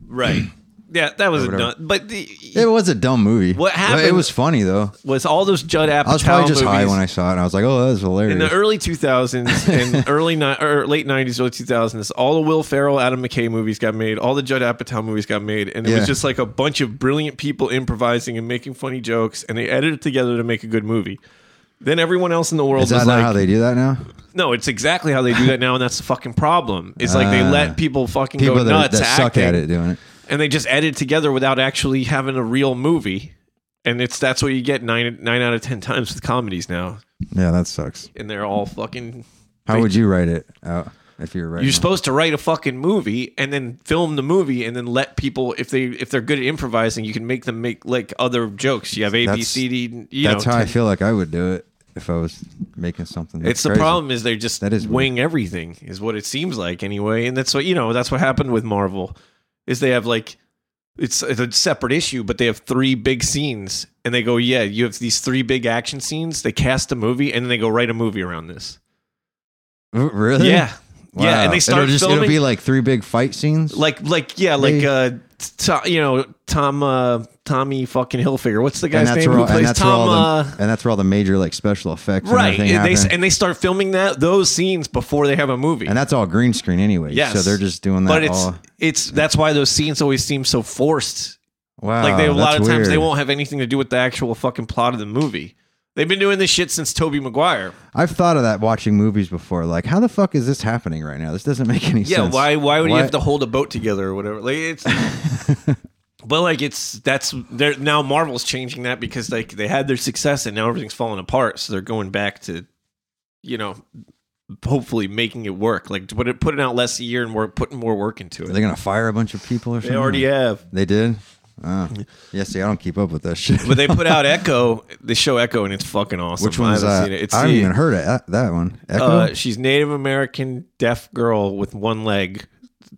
Speaker 2: right. Yeah, that was a
Speaker 3: whatever.
Speaker 2: dumb. But the,
Speaker 3: It was a dumb movie.
Speaker 2: What
Speaker 3: But It
Speaker 2: happened-
Speaker 3: was funny though.
Speaker 2: was all those Judd Apatow
Speaker 3: I was probably just
Speaker 2: movies
Speaker 3: high when I saw it. and I was like, oh, that was hilarious.
Speaker 2: in the early 2000s and early ni- or late 90s, early 2000s. All the Will Ferrell, Adam McKay movies got made. All the Judd Apatow movies got made, and it
Speaker 3: Yeah.
Speaker 2: was just like a bunch of brilliant people improvising and making funny jokes, and they edited it together to make a good movie. Then everyone else in the world
Speaker 3: Is that
Speaker 2: was
Speaker 3: not
Speaker 2: like,
Speaker 3: how they do that now?
Speaker 2: No, it's exactly how they do that now, and that's the fucking problem. It's like they
Speaker 3: Ah.
Speaker 2: let people fucking
Speaker 3: People
Speaker 2: go
Speaker 3: that,
Speaker 2: nuts
Speaker 3: that suck
Speaker 2: acting,
Speaker 3: at it doing it.
Speaker 2: and they just edit together without actually having a real movie. And it's that's what you get nine nine out of ten times with comedies now,
Speaker 3: Yeah, that sucks.
Speaker 2: and they're all fucking.
Speaker 3: How would you write it out if you were writing?
Speaker 2: You're supposed to write a fucking movie and then film the movie and then let people if they if they're good at improvising, you can make them make like other jokes. You have A B
Speaker 3: That's-
Speaker 2: C D. You
Speaker 3: That's
Speaker 2: know,
Speaker 3: how I
Speaker 2: ten-
Speaker 3: feel like I would do it if I was making something. That's
Speaker 2: It's the
Speaker 3: crazy.
Speaker 2: problem is they just
Speaker 3: That is
Speaker 2: wing everything is what it seems like anyway, and that's what you know that's what happened with Marvel is they have like it's, it's a separate issue, but they have three big scenes and they go yeah you have these three big action scenes. They cast a movie and then they go write a movie around this.
Speaker 3: Really?
Speaker 2: Yeah, yeah, and
Speaker 3: Wow.
Speaker 2: they start
Speaker 3: it'll just,
Speaker 2: filming.
Speaker 3: It'll be like three big fight scenes.
Speaker 2: like like yeah like uh to, you know tom uh tommy fucking hilfiger what's the
Speaker 3: and
Speaker 2: guy's
Speaker 3: that's
Speaker 2: name
Speaker 3: where all,
Speaker 2: who plays
Speaker 3: and that's where
Speaker 2: tom
Speaker 3: all
Speaker 2: uh
Speaker 3: the, and that's where all the major like special effects
Speaker 2: right
Speaker 3: and everything
Speaker 2: and they, s-
Speaker 3: happen.
Speaker 2: and they start filming that those scenes before they have a movie
Speaker 3: and that's all green screen anyway.
Speaker 2: Yes.
Speaker 3: So they're just doing that
Speaker 2: but it's
Speaker 3: all.
Speaker 2: it's that's why those scenes always seem so forced
Speaker 3: Wow.
Speaker 2: like they a lot
Speaker 3: Oh, that's
Speaker 2: of times they
Speaker 3: weird.
Speaker 2: won't have anything to do with the actual fucking plot of the movie they've been doing this shit since toby maguire
Speaker 3: I've thought of that watching movies before. Like, how the fuck is this happening right now? This doesn't make any
Speaker 2: yeah
Speaker 3: sense.
Speaker 2: why why would you have to hold a boat together or whatever like it's but like it's that's they're now marvel's changing that because like they had their success and now everything's falling apart so they're going back to you know hopefully making it work like put it putting out less a year and we're putting more work into
Speaker 3: Are
Speaker 2: it Hmm.
Speaker 3: they gonna fire a bunch of people or
Speaker 2: they
Speaker 3: something?
Speaker 2: already have
Speaker 3: They did. Oh. Yeah. See, I don't keep up with that shit.
Speaker 2: but they put out echo the show echo and it's fucking awesome
Speaker 3: Which one's
Speaker 2: I haven't
Speaker 3: that?
Speaker 2: seen it. it's
Speaker 3: I haven't
Speaker 2: the-
Speaker 3: even heard of that, that one. Echo.
Speaker 2: Uh, she's Native American, deaf girl with one leg.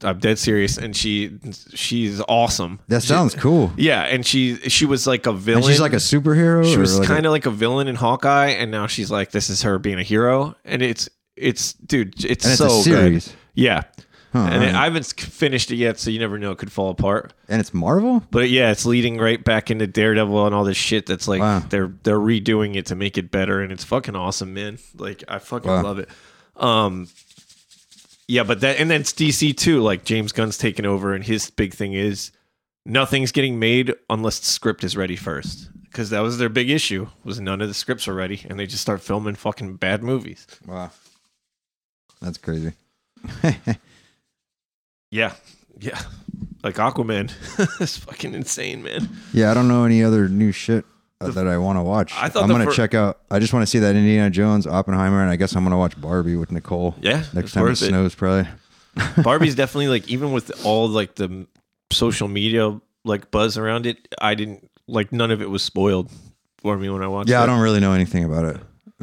Speaker 2: I'm dead serious, and she she's awesome.
Speaker 3: that
Speaker 2: She-
Speaker 3: sounds cool.
Speaker 2: yeah, and she she was like a villain.
Speaker 3: And she's like a superhero.
Speaker 2: she
Speaker 3: or
Speaker 2: was
Speaker 3: like
Speaker 2: kind of like a villain in Hawkeye, and now she's like this is her being a hero, and it's it's dude, it's
Speaker 3: And it's
Speaker 2: so
Speaker 3: a series.
Speaker 2: good. Yeah,
Speaker 3: Huh,
Speaker 2: and it,
Speaker 3: alright.
Speaker 2: I haven't s- finished it yet, so you never know it could fall apart.
Speaker 3: And it's Marvel.
Speaker 2: But yeah, it's leading right back into Daredevil and all this shit. That's like
Speaker 3: Wow.
Speaker 2: they're they're redoing it to make it better, and it's fucking awesome, man. Like I fucking
Speaker 3: Wow.
Speaker 2: love it. Um, yeah, but that and then it's DC too. Like James Gunn's taking over, and his big thing is nothing's getting made unless the script is ready first. Because that was their big issue was none of the scripts were ready, and they just start filming fucking bad movies.
Speaker 3: Wow. That's crazy.
Speaker 2: Yeah, yeah, like Aquaman. it's fucking insane, man.
Speaker 3: Yeah, I don't know any other new shit uh, that I want to watch.
Speaker 2: I thought
Speaker 3: I'm
Speaker 2: the
Speaker 3: gonna
Speaker 2: fir-
Speaker 3: check out. I just want to see that Indiana Jones, Oppenheimer, and I guess I'm gonna watch Barbie with Nicole.
Speaker 2: Yeah,
Speaker 3: next
Speaker 2: it's
Speaker 3: time it,
Speaker 2: worth it.
Speaker 3: snows, probably.
Speaker 2: Barbie's definitely like even with all like the social media like buzz around it, I didn't like none of it was spoiled for me when I watched.
Speaker 3: Yeah,
Speaker 2: it.
Speaker 3: I don't really know anything about it.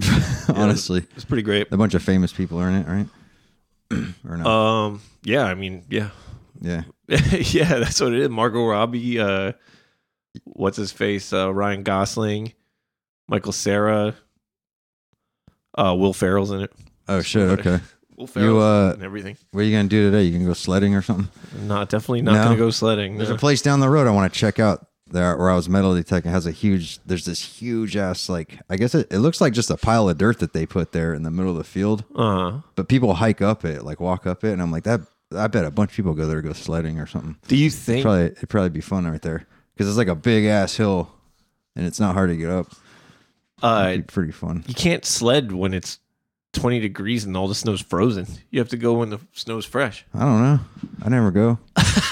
Speaker 3: Honestly,
Speaker 2: It's pretty great.
Speaker 3: a bunch of famous people are in it, right? or not?
Speaker 2: Um, yeah, I mean, yeah,
Speaker 3: yeah,
Speaker 2: yeah, that's what it is. Margot Robbie, uh, what's his face? Uh, Ryan Gosling, Michael Sarah, uh, Will Ferrell's in it.
Speaker 3: Oh shit.
Speaker 2: Sorry.
Speaker 3: Okay.
Speaker 2: Will Ferrell's
Speaker 3: You uh,
Speaker 2: and everything.
Speaker 3: what are you gonna do today? You gonna go sledding or something?
Speaker 2: Not definitely not
Speaker 3: No.
Speaker 2: gonna go sledding.
Speaker 3: There's
Speaker 2: no.
Speaker 3: a place down the road I want to check out there where I was metal detecting. It has a huge. There's this huge ass like I guess it, it looks like just a pile of dirt that they put there in the middle of the field.
Speaker 2: uh,
Speaker 3: but people hike up it, like walk up it, and I'm like that. I bet a bunch of people go there to go sledding or something.
Speaker 2: do you think?
Speaker 3: Probably it'd probably be fun right there because it's like a big ass hill, and it's not hard to get up.
Speaker 2: uh,
Speaker 3: It'd be pretty fun.
Speaker 2: you can't sled when it's 20 degrees and all the snow's frozen. You have to go when the snow's fresh.
Speaker 3: I don't know. I never go.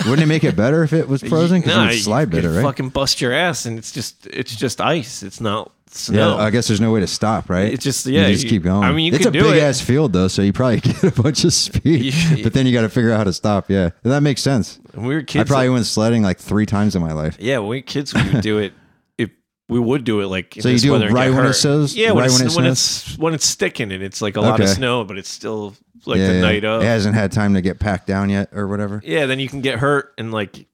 Speaker 3: Wouldn't it make it better if it was frozen? Because it would slide
Speaker 2: you could
Speaker 3: better, right?
Speaker 2: Fucking bust your ass, and it's just it's just ice. It's not
Speaker 3: yeah,
Speaker 2: snow.
Speaker 3: I guess there's no way to stop, right?
Speaker 2: It's just- yeah,
Speaker 3: you just
Speaker 2: you-
Speaker 3: keep going.
Speaker 2: I mean, you
Speaker 3: it's
Speaker 2: could
Speaker 3: a
Speaker 2: do
Speaker 3: big
Speaker 2: it.
Speaker 3: ass field though, so you probably get a bunch of speed.
Speaker 2: You-
Speaker 3: but then you got to figure out how to stop. Yeah, And that makes sense.
Speaker 2: when we were
Speaker 3: I
Speaker 2: kids.
Speaker 3: probably went sledding like three times in my life.
Speaker 2: yeah, when we were kids, we would do it. If we would do it, like in
Speaker 3: So you
Speaker 2: this
Speaker 3: do it
Speaker 2: weather and
Speaker 3: right
Speaker 2: get
Speaker 3: when it
Speaker 2: hurt.
Speaker 3: snows?
Speaker 2: Yeah, when,
Speaker 3: Right
Speaker 2: it's,
Speaker 3: when
Speaker 2: when,
Speaker 3: it
Speaker 2: it's when it's sticking and it's like a lot of
Speaker 3: Okay.
Speaker 2: snow, but it's still like
Speaker 3: yeah,
Speaker 2: the
Speaker 3: yeah.
Speaker 2: night of.
Speaker 3: It hasn't had time to get packed down yet, or whatever.
Speaker 2: Yeah, then you can get hurt and like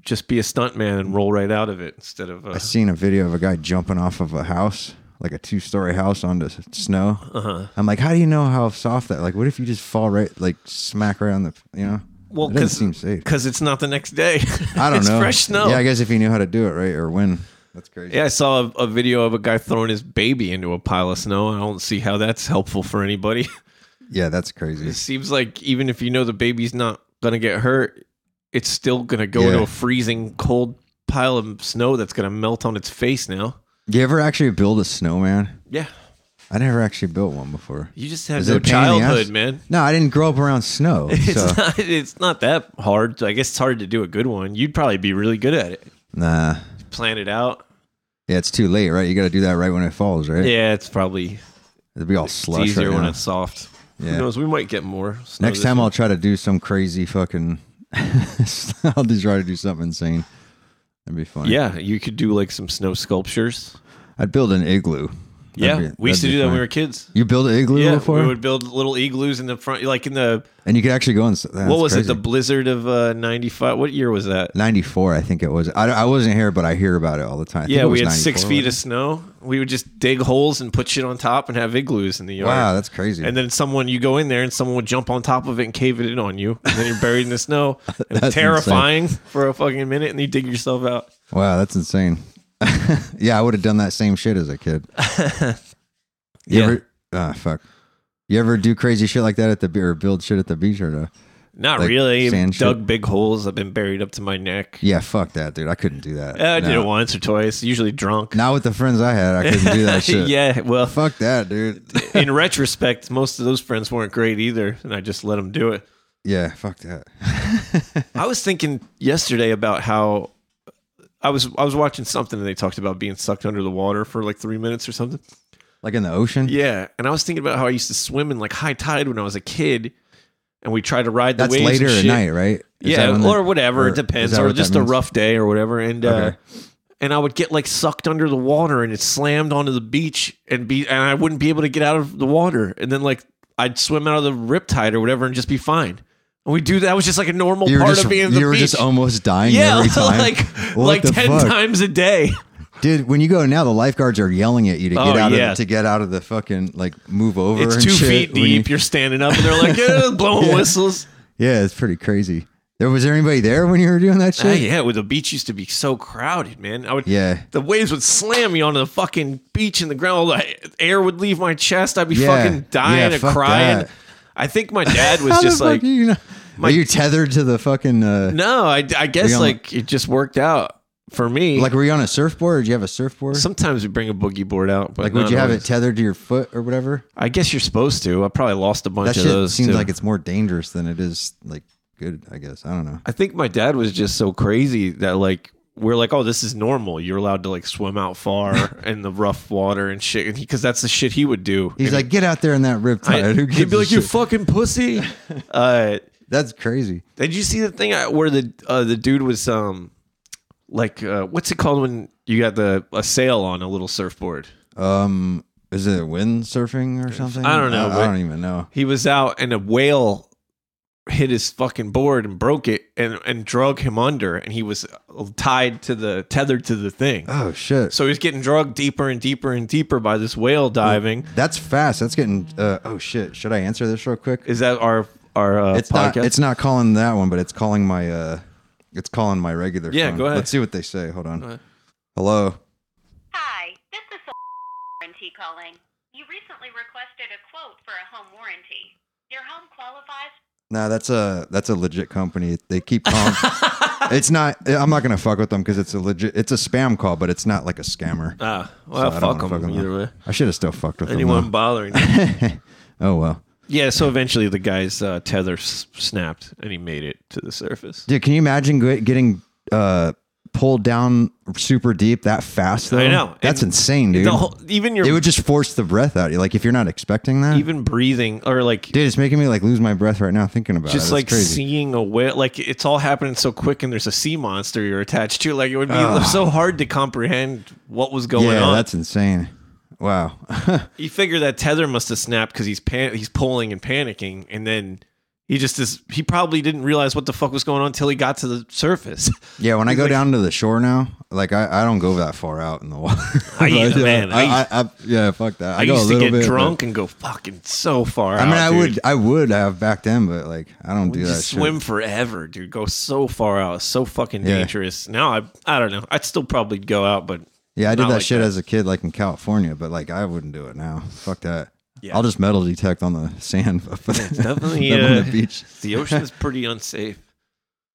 Speaker 2: just be a stunt man and roll right out of it instead of uh
Speaker 3: I seen a video of a guy jumping off of a house, like a two story house, onto s- snow.
Speaker 2: huh.
Speaker 3: I'm like, how do you know how soft that? Like, what if you just fall right, like smack right on the, you know?
Speaker 2: Well,
Speaker 3: it doesn't
Speaker 2: 'cause-
Speaker 3: seem safe.
Speaker 2: Because it's not the next day.
Speaker 3: I don't
Speaker 2: it's
Speaker 3: know.
Speaker 2: fresh snow.
Speaker 3: Yeah, I guess if you knew how to do it right or when, that's crazy.
Speaker 2: Yeah, I saw a, a video of a guy throwing his baby into a pile of snow. and I don't see how that's helpful for anybody.
Speaker 3: Yeah, that's crazy.
Speaker 2: it seems like even if you know the baby's not gonna get hurt, it's still gonna go into
Speaker 3: Yeah.
Speaker 2: a freezing cold pile of snow that's gonna melt on its face now.
Speaker 3: You ever actually build a snowman?
Speaker 2: Yeah,
Speaker 3: I never actually built one before.
Speaker 2: you just have
Speaker 3: Is it
Speaker 2: no
Speaker 3: a pain in the
Speaker 2: childhood,
Speaker 3: ass?
Speaker 2: man.
Speaker 3: No, I didn't grow up around snow.
Speaker 2: It's
Speaker 3: so
Speaker 2: not. It's not that hard. I guess it's hard to do a good one. You'd probably be really good at it.
Speaker 3: nah.
Speaker 2: Plan it out.
Speaker 3: Yeah, it's too late, right? You got to do that right when it falls, right?
Speaker 2: Yeah, it's probably
Speaker 3: It'll be all
Speaker 2: it's
Speaker 3: slush
Speaker 2: easier
Speaker 3: right
Speaker 2: when
Speaker 3: now.
Speaker 2: it's soft.
Speaker 3: Yeah.
Speaker 2: Who knows? We might get more. snow
Speaker 3: Next
Speaker 2: this
Speaker 3: time
Speaker 2: year.
Speaker 3: I'll try to do some crazy fucking. I'll just try to do something insane. That'd be fun.
Speaker 2: yeah, you could do like some snow sculptures.
Speaker 3: I'd build an igloo. That'd
Speaker 2: Yeah,
Speaker 3: be-
Speaker 2: we used to
Speaker 3: that'd
Speaker 2: do
Speaker 3: be
Speaker 2: that when
Speaker 3: fun.
Speaker 2: we were kids.
Speaker 3: You build an igloo
Speaker 2: Yeah,
Speaker 3: before,
Speaker 2: we would build little igloos in the front, like in the
Speaker 3: and you could actually go inside.
Speaker 2: what was it, the blizzard of uh, '95? What year was that?
Speaker 3: 94 i think it was I, I wasn't here but i hear about it all the time I think
Speaker 2: Yeah,
Speaker 3: it was
Speaker 2: we had six
Speaker 3: 94,
Speaker 2: feet of
Speaker 3: wasn't
Speaker 2: snow. We would just dig holes and put shit on top and have igloos in the
Speaker 3: it?
Speaker 2: yard.
Speaker 3: wow that's crazy
Speaker 2: And then someone, you go in there and someone would jump on top of it and cave it in on you. And then you're buried in the snow. It was
Speaker 3: That's
Speaker 2: terrifying for a fucking minute and you dig yourself out.
Speaker 3: wow that's insane yeah i would have done that same shit as a kid you
Speaker 2: Yeah.
Speaker 3: ever ah fuck you ever do crazy shit like that at the be- or build shit at the beach or no
Speaker 2: Not
Speaker 3: Like
Speaker 2: really.
Speaker 3: sand
Speaker 2: Dug
Speaker 3: shit?
Speaker 2: big holes. I've been buried up to my neck.
Speaker 3: yeah fuck that dude i couldn't do that
Speaker 2: I did
Speaker 3: No.
Speaker 2: it once or twice, usually drunk.
Speaker 3: not with the friends i had i couldn't do that shit
Speaker 2: yeah, well,
Speaker 3: fuck that dude
Speaker 2: in retrospect, most of those friends weren't great either, and I just let them do it.
Speaker 3: yeah fuck that
Speaker 2: I was thinking yesterday about how I was I was watching something and they talked about being sucked under the water for like three minutes or something.
Speaker 3: like in the ocean
Speaker 2: Yeah, and I was thinking about how I used to swim in like high tide when I was a kid, and we tried to ride the
Speaker 3: that's
Speaker 2: waves.
Speaker 3: later
Speaker 2: and
Speaker 3: at
Speaker 2: shit.
Speaker 3: night right Is that
Speaker 2: yeah,
Speaker 3: when the-
Speaker 2: or whatever.
Speaker 3: or
Speaker 2: it depends,
Speaker 3: is that
Speaker 2: or
Speaker 3: what that
Speaker 2: just a
Speaker 3: means?
Speaker 2: rough day or whatever. And
Speaker 3: Okay.
Speaker 2: uh, and I would get like sucked under the water and it slammed onto the beach and be and I wouldn't be able to get out of the water. And then like I'd swim out of the riptide or whatever and just be fine. And we do that was just like a normal
Speaker 3: you were,
Speaker 2: part
Speaker 3: just,
Speaker 2: of being at the
Speaker 3: you were
Speaker 2: beach.
Speaker 3: just almost dying
Speaker 2: yeah,
Speaker 3: every time.
Speaker 2: like
Speaker 3: What
Speaker 2: like
Speaker 3: the
Speaker 2: ten
Speaker 3: fuck?
Speaker 2: times a day.
Speaker 3: Dude, when you go now, the lifeguards are yelling at you to get
Speaker 2: Oh,
Speaker 3: out
Speaker 2: yeah.
Speaker 3: of to get out of the fucking like move over.
Speaker 2: It's
Speaker 3: and
Speaker 2: two
Speaker 3: shit.
Speaker 2: feet
Speaker 3: When you-
Speaker 2: deep. You, are standing up and they're like eh, blowing whistles.
Speaker 3: yeah, it's pretty crazy. There was there anybody there when you were doing that shit?
Speaker 2: Ah, yeah, well, the beach used to be so crowded, man. I would
Speaker 3: Yeah.
Speaker 2: The waves would slam me onto the fucking beach and the ground. All the air would leave my chest. I'd be
Speaker 3: Yeah.
Speaker 2: fucking dying
Speaker 3: Yeah,
Speaker 2: and
Speaker 3: fuck
Speaker 2: crying.
Speaker 3: that.
Speaker 2: I think my dad was
Speaker 3: How
Speaker 2: just
Speaker 3: the fuck
Speaker 2: like,
Speaker 3: are you, not- are you tethered to the fucking uh,
Speaker 2: no, I, I guess
Speaker 3: on-
Speaker 2: like it just worked out for me.
Speaker 3: like
Speaker 2: Like
Speaker 3: were you on a surfboard? Did you have a surfboard?
Speaker 2: sometimes we bring a boogie board out, but
Speaker 3: like would
Speaker 2: not
Speaker 3: you have it
Speaker 2: always.
Speaker 3: tethered to your foot or whatever?
Speaker 2: I guess you're supposed to. I probably lost a bunch
Speaker 3: That
Speaker 2: of
Speaker 3: shit
Speaker 2: those.
Speaker 3: seems
Speaker 2: too.
Speaker 3: like it's more dangerous than it is like good. I guess I don't know.
Speaker 2: I think my dad was just so crazy that like we're like, oh, this is normal. You're allowed to like swim out far in the rough water and shit, because that's the shit he would do.
Speaker 3: He's
Speaker 2: And
Speaker 3: like, get out there in that riptide.
Speaker 2: I-
Speaker 3: Who gives
Speaker 2: he'd be
Speaker 3: a
Speaker 2: like, you
Speaker 3: shit?"
Speaker 2: fucking pussy. uh,
Speaker 3: That's crazy.
Speaker 2: did you see the thing I- where the uh, the dude was um like uh, what's it called when you got the a sail on a little surfboard?
Speaker 3: Um, is it windsurfing or something?
Speaker 2: I don't know,
Speaker 3: I,
Speaker 2: but-
Speaker 3: don't even know.
Speaker 2: He was out and a whale hit his fucking board and broke it and and drug him under and he was uh, tied to the tethered to the thing.
Speaker 3: Oh shit.
Speaker 2: So he's getting drugged deeper and deeper and deeper by this whale diving.
Speaker 3: That's fast. That's getting. Uh, oh shit! Should I answer this real quick?
Speaker 2: Is that our our uh,
Speaker 3: It's
Speaker 2: podcast?
Speaker 3: not. It's not calling that one, but it's calling my. Uh, it's calling my regular.
Speaker 2: Yeah,
Speaker 3: phone.
Speaker 2: go ahead.
Speaker 3: Let's see what they say. Hold on.
Speaker 2: ahead.
Speaker 3: Hello.
Speaker 4: Hi, this is Warranty calling. You recently requested a quote for a home warranty. Your home qualifies
Speaker 3: No, that's a that's a legit company. They keep calling. it's not. I'm not gonna fuck with them because it's a legit. It's a spam call, but it's not like a scammer.
Speaker 2: ah, well,
Speaker 3: So I don't
Speaker 2: fuck
Speaker 3: wanna
Speaker 2: him
Speaker 3: fuck with
Speaker 2: either way.
Speaker 3: I should have still fucked with
Speaker 2: Anyone
Speaker 3: them.
Speaker 2: bothering? you.
Speaker 3: though. Oh well.
Speaker 2: Yeah, so eventually the guy's uh, tether s- snapped and he made it to the surface.
Speaker 3: Dude, can you imagine g- getting uh, pulled down super deep that fast? Though
Speaker 2: I know.
Speaker 3: that's
Speaker 2: And
Speaker 3: insane, dude.
Speaker 2: The whole, even your
Speaker 3: it would just force the breath out of you. Like if you're not expecting that,
Speaker 2: even breathing or like
Speaker 3: dude, it's making me like lose my breath right now thinking about it.
Speaker 2: just
Speaker 3: That's
Speaker 2: like
Speaker 3: crazy.
Speaker 2: seeing a whale like it's all happening so quick and there's a sea monster you're attached to like it would be so hard to comprehend what was going
Speaker 3: yeah,
Speaker 2: on
Speaker 3: that's insane. Wow.
Speaker 2: you figure that tether must have snapped because he's pan- he's pulling and panicking and then he just is he probably didn't realize what the fuck was going on until he got to the surface
Speaker 3: yeah, when I go down to the shore now, like I, I don't go that far out in the water.
Speaker 2: I-
Speaker 3: But, yeah,
Speaker 2: man, I-
Speaker 3: I, I, I, yeah, fuck that.
Speaker 2: i,
Speaker 3: go
Speaker 2: used
Speaker 3: a
Speaker 2: to
Speaker 3: little
Speaker 2: get
Speaker 3: bit, but-
Speaker 2: drunk and go fucking so far
Speaker 3: I mean,
Speaker 2: out,
Speaker 3: I
Speaker 2: dude.
Speaker 3: would, I would have back then, but like I don't
Speaker 2: We
Speaker 3: do that.
Speaker 2: just
Speaker 3: shit.
Speaker 2: swim forever, dude. Go so far out, It's so fucking
Speaker 3: Yeah.
Speaker 2: dangerous. Now I, I don't know. I'd still probably go out, but
Speaker 3: Yeah, I did
Speaker 2: Not
Speaker 3: that
Speaker 2: like
Speaker 3: shit
Speaker 2: that.
Speaker 3: as a kid, like in California, but like I wouldn't do it now. Fuck that.
Speaker 2: Yeah.
Speaker 3: I'll just metal detect on the sand, up
Speaker 2: definitely,
Speaker 3: up
Speaker 2: uh,
Speaker 3: on the beach.
Speaker 2: the ocean is pretty unsafe.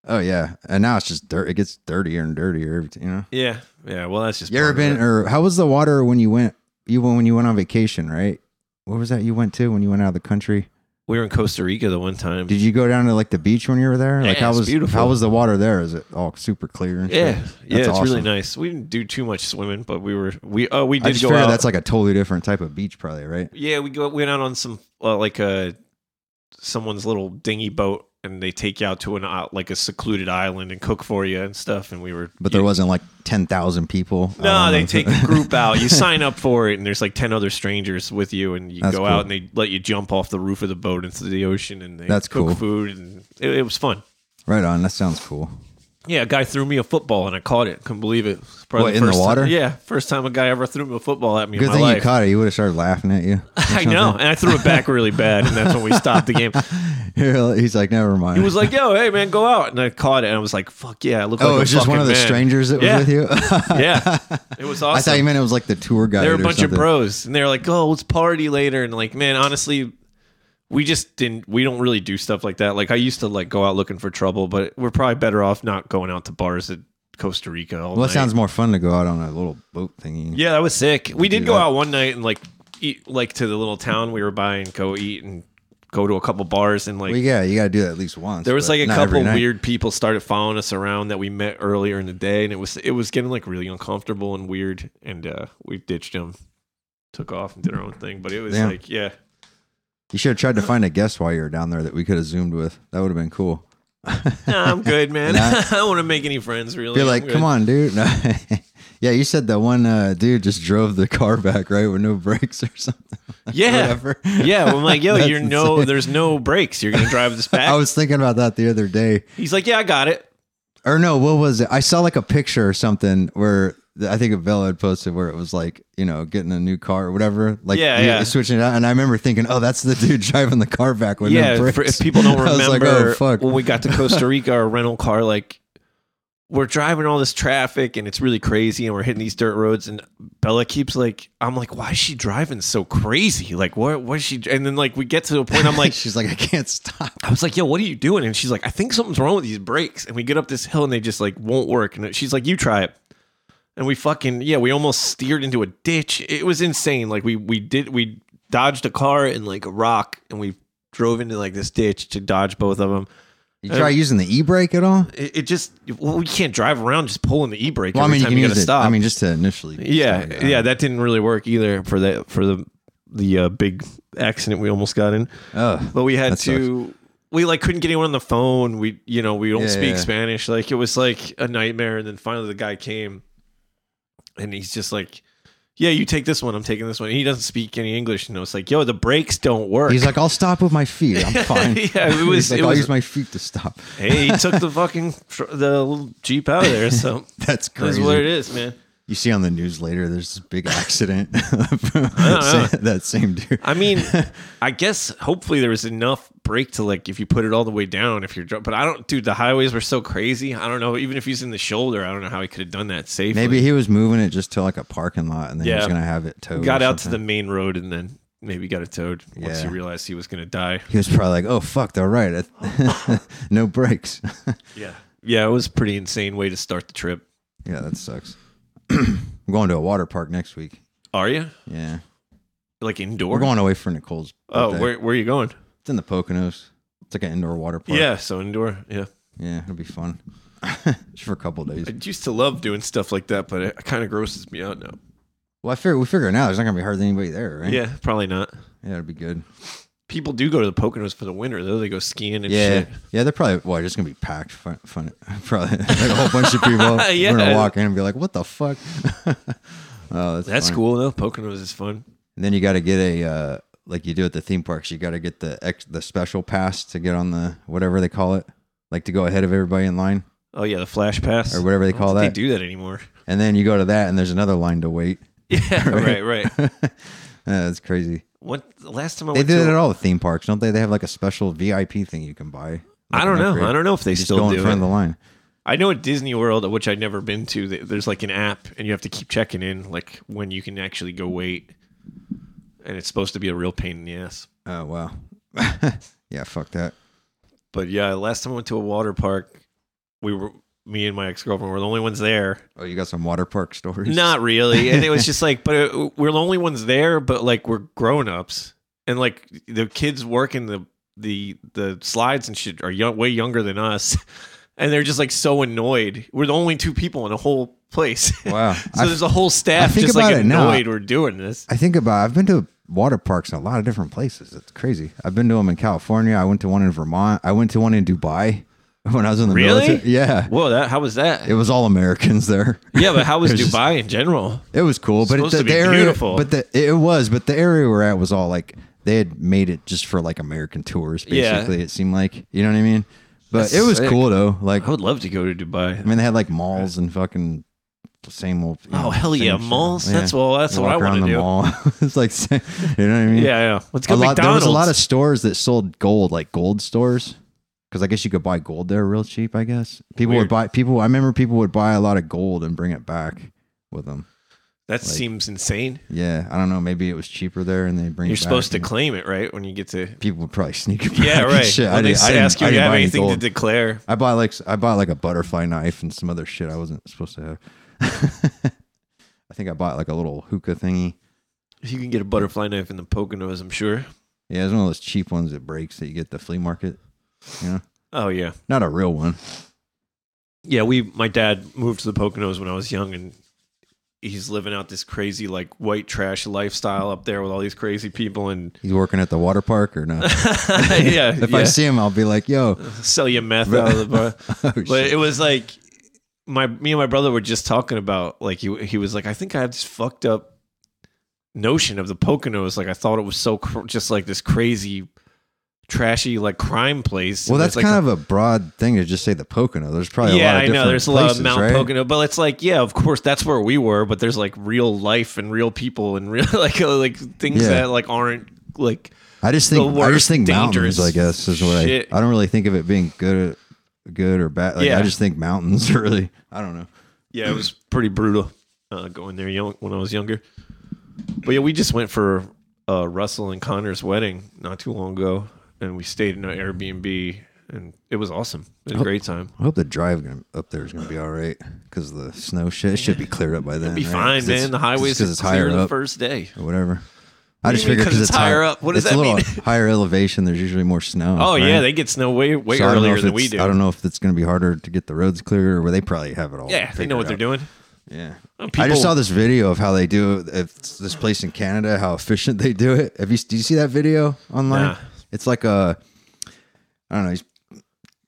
Speaker 3: Oh yeah, and now it's just dirt. It gets dirtier and dirtier. every t- You know.
Speaker 2: Yeah, yeah. Well, that's just
Speaker 3: You ever
Speaker 2: part of
Speaker 3: been
Speaker 2: it.
Speaker 3: or how was the water when you went? You went when you went on vacation, right? What was that you went to when you went out of the country?
Speaker 2: We were in Costa Rica the one time.
Speaker 3: Did you go down to like the beach when you were there?
Speaker 2: Yeah,
Speaker 3: like how
Speaker 2: it's
Speaker 3: was
Speaker 2: beautiful.
Speaker 3: how was the water there? Is it all super clear? And
Speaker 2: yeah,
Speaker 3: shit?
Speaker 2: yeah. It's
Speaker 3: That's
Speaker 2: really
Speaker 3: awesome.
Speaker 2: nice. We didn't do too much swimming, but we were we uh, we
Speaker 3: I
Speaker 2: did
Speaker 3: just
Speaker 2: go
Speaker 3: figured
Speaker 2: out.
Speaker 3: that's like a totally different type of beach, probably, right?
Speaker 2: yeah, we go went out on some uh, like a someone's little dinghy boat, and they take you out to an uh, like a secluded island and cook for you and stuff. And we were
Speaker 3: But there wasn't like ten thousand people.
Speaker 2: No,
Speaker 3: out on
Speaker 2: they
Speaker 3: the-
Speaker 2: take a group out. You sign up for it, and there's like ten other strangers with you, and you
Speaker 3: That's
Speaker 2: go
Speaker 3: cool.
Speaker 2: out, and they let you jump off the roof of the boat into the ocean, and they
Speaker 3: That's
Speaker 2: cook
Speaker 3: cool.
Speaker 2: food, and it, it was fun.
Speaker 3: Right on. That sounds cool.
Speaker 2: Yeah, a guy threw me a football, and I caught it. Couldn't believe it. It's probably
Speaker 3: What, in the
Speaker 2: first ti-
Speaker 3: water?
Speaker 2: yeah, first time a guy ever threw me a football at me
Speaker 3: Good
Speaker 2: in my
Speaker 3: thing
Speaker 2: life.
Speaker 3: you caught it. You would have started laughing at you.
Speaker 2: I know, and I threw it back really bad, and that's when we stopped the game.
Speaker 3: He's like, never mind.
Speaker 2: He was like, "Yo, hey man, go out!" And I caught it, and I was like, "Fuck yeah!" I look like
Speaker 3: oh,
Speaker 2: a
Speaker 3: it was just one
Speaker 2: fucking
Speaker 3: of the
Speaker 2: man.
Speaker 3: strangers that was
Speaker 2: Yeah.
Speaker 3: with you. I
Speaker 2: yeah, it was awesome.
Speaker 3: thought you meant it was like the tour guide.
Speaker 2: they were a
Speaker 3: or
Speaker 2: bunch
Speaker 3: something.
Speaker 2: of bros and they were like oh let's party later and like man honestly we just didn't we don't really do stuff like that like i used to like go out looking for trouble but we're probably better off not going out to bars at costa rica all
Speaker 3: Well, it
Speaker 2: night.
Speaker 3: sounds more fun to go out on a little boat thingy.
Speaker 2: yeah that was sick we did
Speaker 3: do
Speaker 2: go
Speaker 3: that.
Speaker 2: out one night and like eat like to the little town we were by and go eat and go to a couple bars and like
Speaker 3: Well, yeah, you got to do that at least once.
Speaker 2: there was
Speaker 3: but
Speaker 2: like a
Speaker 3: not every
Speaker 2: couple
Speaker 3: night.
Speaker 2: weird people started following us around that we met earlier in the day, and it was it was getting like really uncomfortable and weird, and uh, we ditched them, took off and did our own thing. But it was
Speaker 3: Damn.
Speaker 2: like, yeah,
Speaker 3: You should have tried to find a guest while you were down there that we could have zoomed with. That would have been cool.
Speaker 2: nah, I'm good, man.
Speaker 3: Nah.
Speaker 2: I don't want to make any friends really.
Speaker 3: Be
Speaker 2: I'm
Speaker 3: like,
Speaker 2: good.
Speaker 3: come on, dude. No. yeah, you said that one uh, dude just drove the car back right with no brakes or something.
Speaker 2: yeah,
Speaker 3: Whatever.
Speaker 2: yeah. I'm like, yo,
Speaker 3: That's
Speaker 2: you're no,
Speaker 3: insane.
Speaker 2: there's no brakes. You're gonna drive this back.
Speaker 3: I was thinking about that the other day.
Speaker 2: He's like, yeah, I got it.
Speaker 3: or no, what was it? I saw like a picture or something where I think a Bella had posted where it was like, you know, getting a new car or whatever, like
Speaker 2: Yeah,
Speaker 3: you-
Speaker 2: yeah.
Speaker 3: switching it out. And I remember thinking, oh, that's the dude driving the car back with
Speaker 2: yeah,
Speaker 3: no
Speaker 2: for-
Speaker 3: brakes.
Speaker 2: if people don't
Speaker 3: I was
Speaker 2: remember
Speaker 3: like, oh, fuck.
Speaker 2: when we got to Costa Rica, our rental car, like we're driving all this traffic and it's really crazy, and we're hitting these dirt roads, and Bella keeps like, I'm like, why is she driving so crazy? Like, what? What is she? And then like we get to a point, I'm like.
Speaker 3: she's like, I can't stop.
Speaker 2: I was like, yo, what are you doing? And she's like, I think something's wrong with these brakes. And we get up this hill and they just like won't work. And she's like, you try it. And we fucking, yeah, we almost steered into a ditch. It was insane. Like we, we did, we dodged a car and like a rock and we drove into like this ditch to dodge both of them.
Speaker 3: You try using the e brake at all?
Speaker 2: It, it just, well, we can't drive around just pulling the e-brake
Speaker 3: Well, I
Speaker 2: every
Speaker 3: mean, you
Speaker 2: time
Speaker 3: can
Speaker 2: you,
Speaker 3: use
Speaker 2: gotta
Speaker 3: it.
Speaker 2: stop.
Speaker 3: I mean, just to initially.
Speaker 2: yeah,
Speaker 3: start it.
Speaker 2: yeah, that didn't really work either for that, for the, the uh, big accident we almost got in
Speaker 3: Oh,
Speaker 2: but we had
Speaker 3: That sucks.
Speaker 2: to we like couldn't get anyone on the phone we you know we don't
Speaker 3: Yeah,
Speaker 2: speak
Speaker 3: yeah.
Speaker 2: spanish like it was like a nightmare and then finally the guy came and he's just like yeah you take this one i'm taking this one he doesn't speak any english and I was like yo the brakes don't work
Speaker 3: he's like, I'll stop with my feet. I'm fine.
Speaker 2: Yeah, it
Speaker 3: He's
Speaker 2: was-
Speaker 3: like,
Speaker 2: it
Speaker 3: I'll
Speaker 2: was-
Speaker 3: use my feet to stop.
Speaker 2: hey he took the fucking tr- the little jeep out of there so
Speaker 3: That's
Speaker 2: that's
Speaker 3: crazy.
Speaker 2: what it is man
Speaker 3: You see on the news later, there's this big accident.
Speaker 2: know.
Speaker 3: that same dude.
Speaker 2: i mean i guess hopefully there was enough brake to like if you put it all the way down if you're dr- but i don't dude the highways were so crazy i don't know even if he's in the shoulder i don't know how he could have done that safely
Speaker 3: Maybe he was moving it just to like a parking lot, and then he was
Speaker 2: Yeah.
Speaker 3: gonna have it towed.
Speaker 2: got
Speaker 3: or
Speaker 2: out to the
Speaker 3: something.
Speaker 2: main road and then maybe got it towed once he
Speaker 3: Yeah.
Speaker 2: realized he was going to die.
Speaker 3: He was probably like, "Oh fuck, they're right. no brakes."
Speaker 2: Yeah. Yeah, it was a pretty insane way to start the trip.
Speaker 3: yeah, that sucks. I'm going to a water park next week.
Speaker 2: Are you?
Speaker 3: Yeah,
Speaker 2: Like indoor?
Speaker 3: We're going away for Nicole's.
Speaker 2: Oh,
Speaker 3: birthday.
Speaker 2: where, where are you going?
Speaker 3: it's in the Poconos. It's like an indoor water park.
Speaker 2: Yeah, so indoor. Yeah.
Speaker 3: yeah, it'll be fun. Just for a couple of days.
Speaker 2: I used to love doing stuff like that, but it kind of grosses me out now.
Speaker 3: Well, I figure we figure it out. There's not gonna be hardly anybody there, right?
Speaker 2: Yeah, probably not.
Speaker 3: yeah, it'll be good.
Speaker 2: People do go to the Poconos for the winter, though. They go skiing and
Speaker 3: Yeah,
Speaker 2: shit.
Speaker 3: yeah, they're probably well, just gonna be packed. Fun, fun probably like a whole bunch of people.
Speaker 2: Yeah.
Speaker 3: We're gonna walk in and be like, "What the fuck?" oh, that's,
Speaker 2: That's
Speaker 3: fun.
Speaker 2: cool, though. Poconos is fun.
Speaker 3: And then you got to get a uh, like you do at the theme parks. You got to get the ex, the special pass to get on the whatever they call it, like to go ahead of everybody in line.
Speaker 2: Oh, yeah, the Flash Pass.
Speaker 3: Or whatever they
Speaker 2: I don't
Speaker 3: call
Speaker 2: think
Speaker 3: that.
Speaker 2: They do that anymore.
Speaker 3: And then you go to that, and there's another line to wait.
Speaker 2: Yeah, right, right.
Speaker 3: yeah, that's crazy.
Speaker 2: What the last time I
Speaker 3: They
Speaker 2: went
Speaker 3: do
Speaker 2: to
Speaker 3: it at all the theme parks, don't they? They have like a special VIP thing you can buy.
Speaker 2: I don't know. I don't know if they
Speaker 3: Just
Speaker 2: still
Speaker 3: go in
Speaker 2: do.
Speaker 3: front of
Speaker 2: It.
Speaker 3: the line.
Speaker 2: I know at Disney World, which I've never been to, th- there's like an app, and you have to keep checking in, like when you can actually go wait. And it's supposed to be a real pain in the ass.
Speaker 3: Oh wow. yeah, fuck that.
Speaker 2: But yeah, last time I went to a water park, we were me and my ex girlfriend were the only ones there.
Speaker 3: Oh, you got some water park stories?
Speaker 2: Not really, and it was just like, but uh we're the only ones there. But like we're grown ups, and like the kids working the the the slides and shit are young, way younger than us, and they're just like so annoyed. We're the only two people in the whole place.
Speaker 3: Wow.
Speaker 2: So
Speaker 3: I,
Speaker 2: there's a whole staff
Speaker 3: think
Speaker 2: just like
Speaker 3: about it now.
Speaker 2: annoyed we're doing this.
Speaker 3: I think about. I've been to water parks in a lot of different places. It's crazy. I've been to them in California. I went to one in Vermont. I went to one in Dubai when I was in the
Speaker 2: Really?
Speaker 3: military. Yeah.
Speaker 2: Whoa, that how was that?
Speaker 3: It was all Americans there.
Speaker 2: yeah, but how was
Speaker 3: It was just-
Speaker 2: Dubai in general?
Speaker 3: It was cool, but it,
Speaker 2: Supposed
Speaker 3: the,
Speaker 2: to be
Speaker 3: the area,
Speaker 2: beautiful.
Speaker 3: but the it was, but the area we're at was all like they had made it just for like American tours.
Speaker 2: Yeah.
Speaker 3: Basically, it seemed like you know what I mean. But
Speaker 2: That's
Speaker 3: it was
Speaker 2: sick.
Speaker 3: cool though. Like
Speaker 2: I would love to go to Dubai.
Speaker 3: I mean, they had like malls and fucking same old. you
Speaker 2: Oh,
Speaker 3: know,
Speaker 2: hell
Speaker 3: same
Speaker 2: yeah,
Speaker 3: shit.
Speaker 2: malls? That's- well, that's
Speaker 3: You
Speaker 2: what I
Speaker 3: walk around
Speaker 2: wanna
Speaker 3: the
Speaker 2: do.
Speaker 3: Mall. it's like you know what I mean.
Speaker 2: Yeah, yeah. Let's go
Speaker 3: A lot, there was
Speaker 2: McDonald's.
Speaker 3: a lot of stores that sold gold, like gold stores, because I guess you could buy gold there real cheap. I guess people
Speaker 2: Weird.
Speaker 3: would buy people. I remember people would buy a lot of gold and bring it back with them.
Speaker 2: that
Speaker 3: like-
Speaker 2: seems insane.
Speaker 3: Yeah, I don't know. Maybe it was cheaper there, and they bring.
Speaker 2: You're
Speaker 3: it back
Speaker 2: supposed to
Speaker 3: and
Speaker 2: claim it, right? When you get to
Speaker 3: people would probably sneak it. Back
Speaker 2: yeah,
Speaker 3: and
Speaker 2: right.
Speaker 3: Shit.
Speaker 2: Well, they
Speaker 3: didn't-
Speaker 2: s- ask
Speaker 3: didn't-
Speaker 2: you if you
Speaker 3: didn't
Speaker 2: have
Speaker 3: buy any
Speaker 2: anything
Speaker 3: gold.
Speaker 2: to declare.
Speaker 3: I bought like s- I bought like a butterfly knife and some other shit I wasn't supposed to have. I think I bought like a little hookah thingy.
Speaker 2: You can get a butterfly knife in the Poconos, I'm sure.
Speaker 3: Yeah, it's one of those cheap ones that breaks that you get at the flea market. You know,
Speaker 2: Oh yeah,
Speaker 3: not a real one.
Speaker 2: yeah. We my dad moved to the Poconos when I was young, and he's living out this crazy like white trash lifestyle up there with all these crazy people and
Speaker 3: He's working at the water park or no?
Speaker 2: yeah.
Speaker 3: if
Speaker 2: yeah.
Speaker 3: I see him, I'll be like, "Yo,
Speaker 2: sell you meth out of the bar.
Speaker 3: oh,
Speaker 2: but
Speaker 3: shit.
Speaker 2: it was like my me and my brother were just talking about like he he was like I think I have this fucked up notion of the Poconos like I thought it was so cr- just like this crazy trashy like crime place.
Speaker 3: well,
Speaker 2: And
Speaker 3: that's
Speaker 2: it's, like,
Speaker 3: kind of a broad thing to just say the Pocono. There's probably
Speaker 2: yeah,
Speaker 3: a lot of
Speaker 2: I
Speaker 3: different
Speaker 2: know. There's a lot
Speaker 3: places,
Speaker 2: of Mount
Speaker 3: right?
Speaker 2: Pocono, but it's like, yeah, of course, that's where we were. But there's like real life and real people and real like uh, like things
Speaker 3: Yeah.
Speaker 2: that like aren't like
Speaker 3: I just
Speaker 2: the
Speaker 3: think I
Speaker 2: worst,
Speaker 3: just think
Speaker 2: dangerous
Speaker 3: mountains. I guess is what I.
Speaker 2: shit.
Speaker 3: I don't really think of it being good, good or bad. Like,
Speaker 2: Yeah.
Speaker 3: I just think mountains. are Really, I don't know.
Speaker 2: yeah, it was pretty brutal uh, going there young, when I was younger. But yeah, we just went for uh, Russell and Connor's wedding not too long ago, and we stayed in an Airbnb, and it was awesome. It
Speaker 3: Oh.
Speaker 2: was a great time.
Speaker 3: I hope the drive gonna, up there is going to be all right because the snow shit it should be cleared up by then.
Speaker 2: Be
Speaker 3: right?
Speaker 2: fine,
Speaker 3: 'Cause it's-
Speaker 2: man. The
Speaker 3: just
Speaker 2: highways
Speaker 3: 'cause
Speaker 2: are
Speaker 3: it's
Speaker 2: clear
Speaker 3: higher
Speaker 2: the
Speaker 3: up
Speaker 2: first day.
Speaker 3: or whatever. I
Speaker 2: What do
Speaker 3: just
Speaker 2: you mean,
Speaker 3: figured
Speaker 2: 'cause
Speaker 3: because
Speaker 2: it's
Speaker 3: it's,
Speaker 2: higher up? What does
Speaker 3: it's
Speaker 2: that
Speaker 3: a little
Speaker 2: mean?
Speaker 3: higher elevation. There's usually more snow.
Speaker 2: Oh
Speaker 3: right?
Speaker 2: yeah, they get snow way way
Speaker 3: So I don't know
Speaker 2: earlier
Speaker 3: if
Speaker 2: than we
Speaker 3: it's-
Speaker 2: do.
Speaker 3: I don't know if it's going to be harder to get the roads clear, or they probably have it all.
Speaker 2: Yeah, they know what they're
Speaker 3: figured out.
Speaker 2: doing.
Speaker 3: Yeah.
Speaker 2: Well,
Speaker 3: I
Speaker 2: people-
Speaker 3: just saw this video of how they do if this place in Canada, how efficient they do it. Have you do you see that video online?
Speaker 2: Nah.
Speaker 3: It's like a I don't know, he's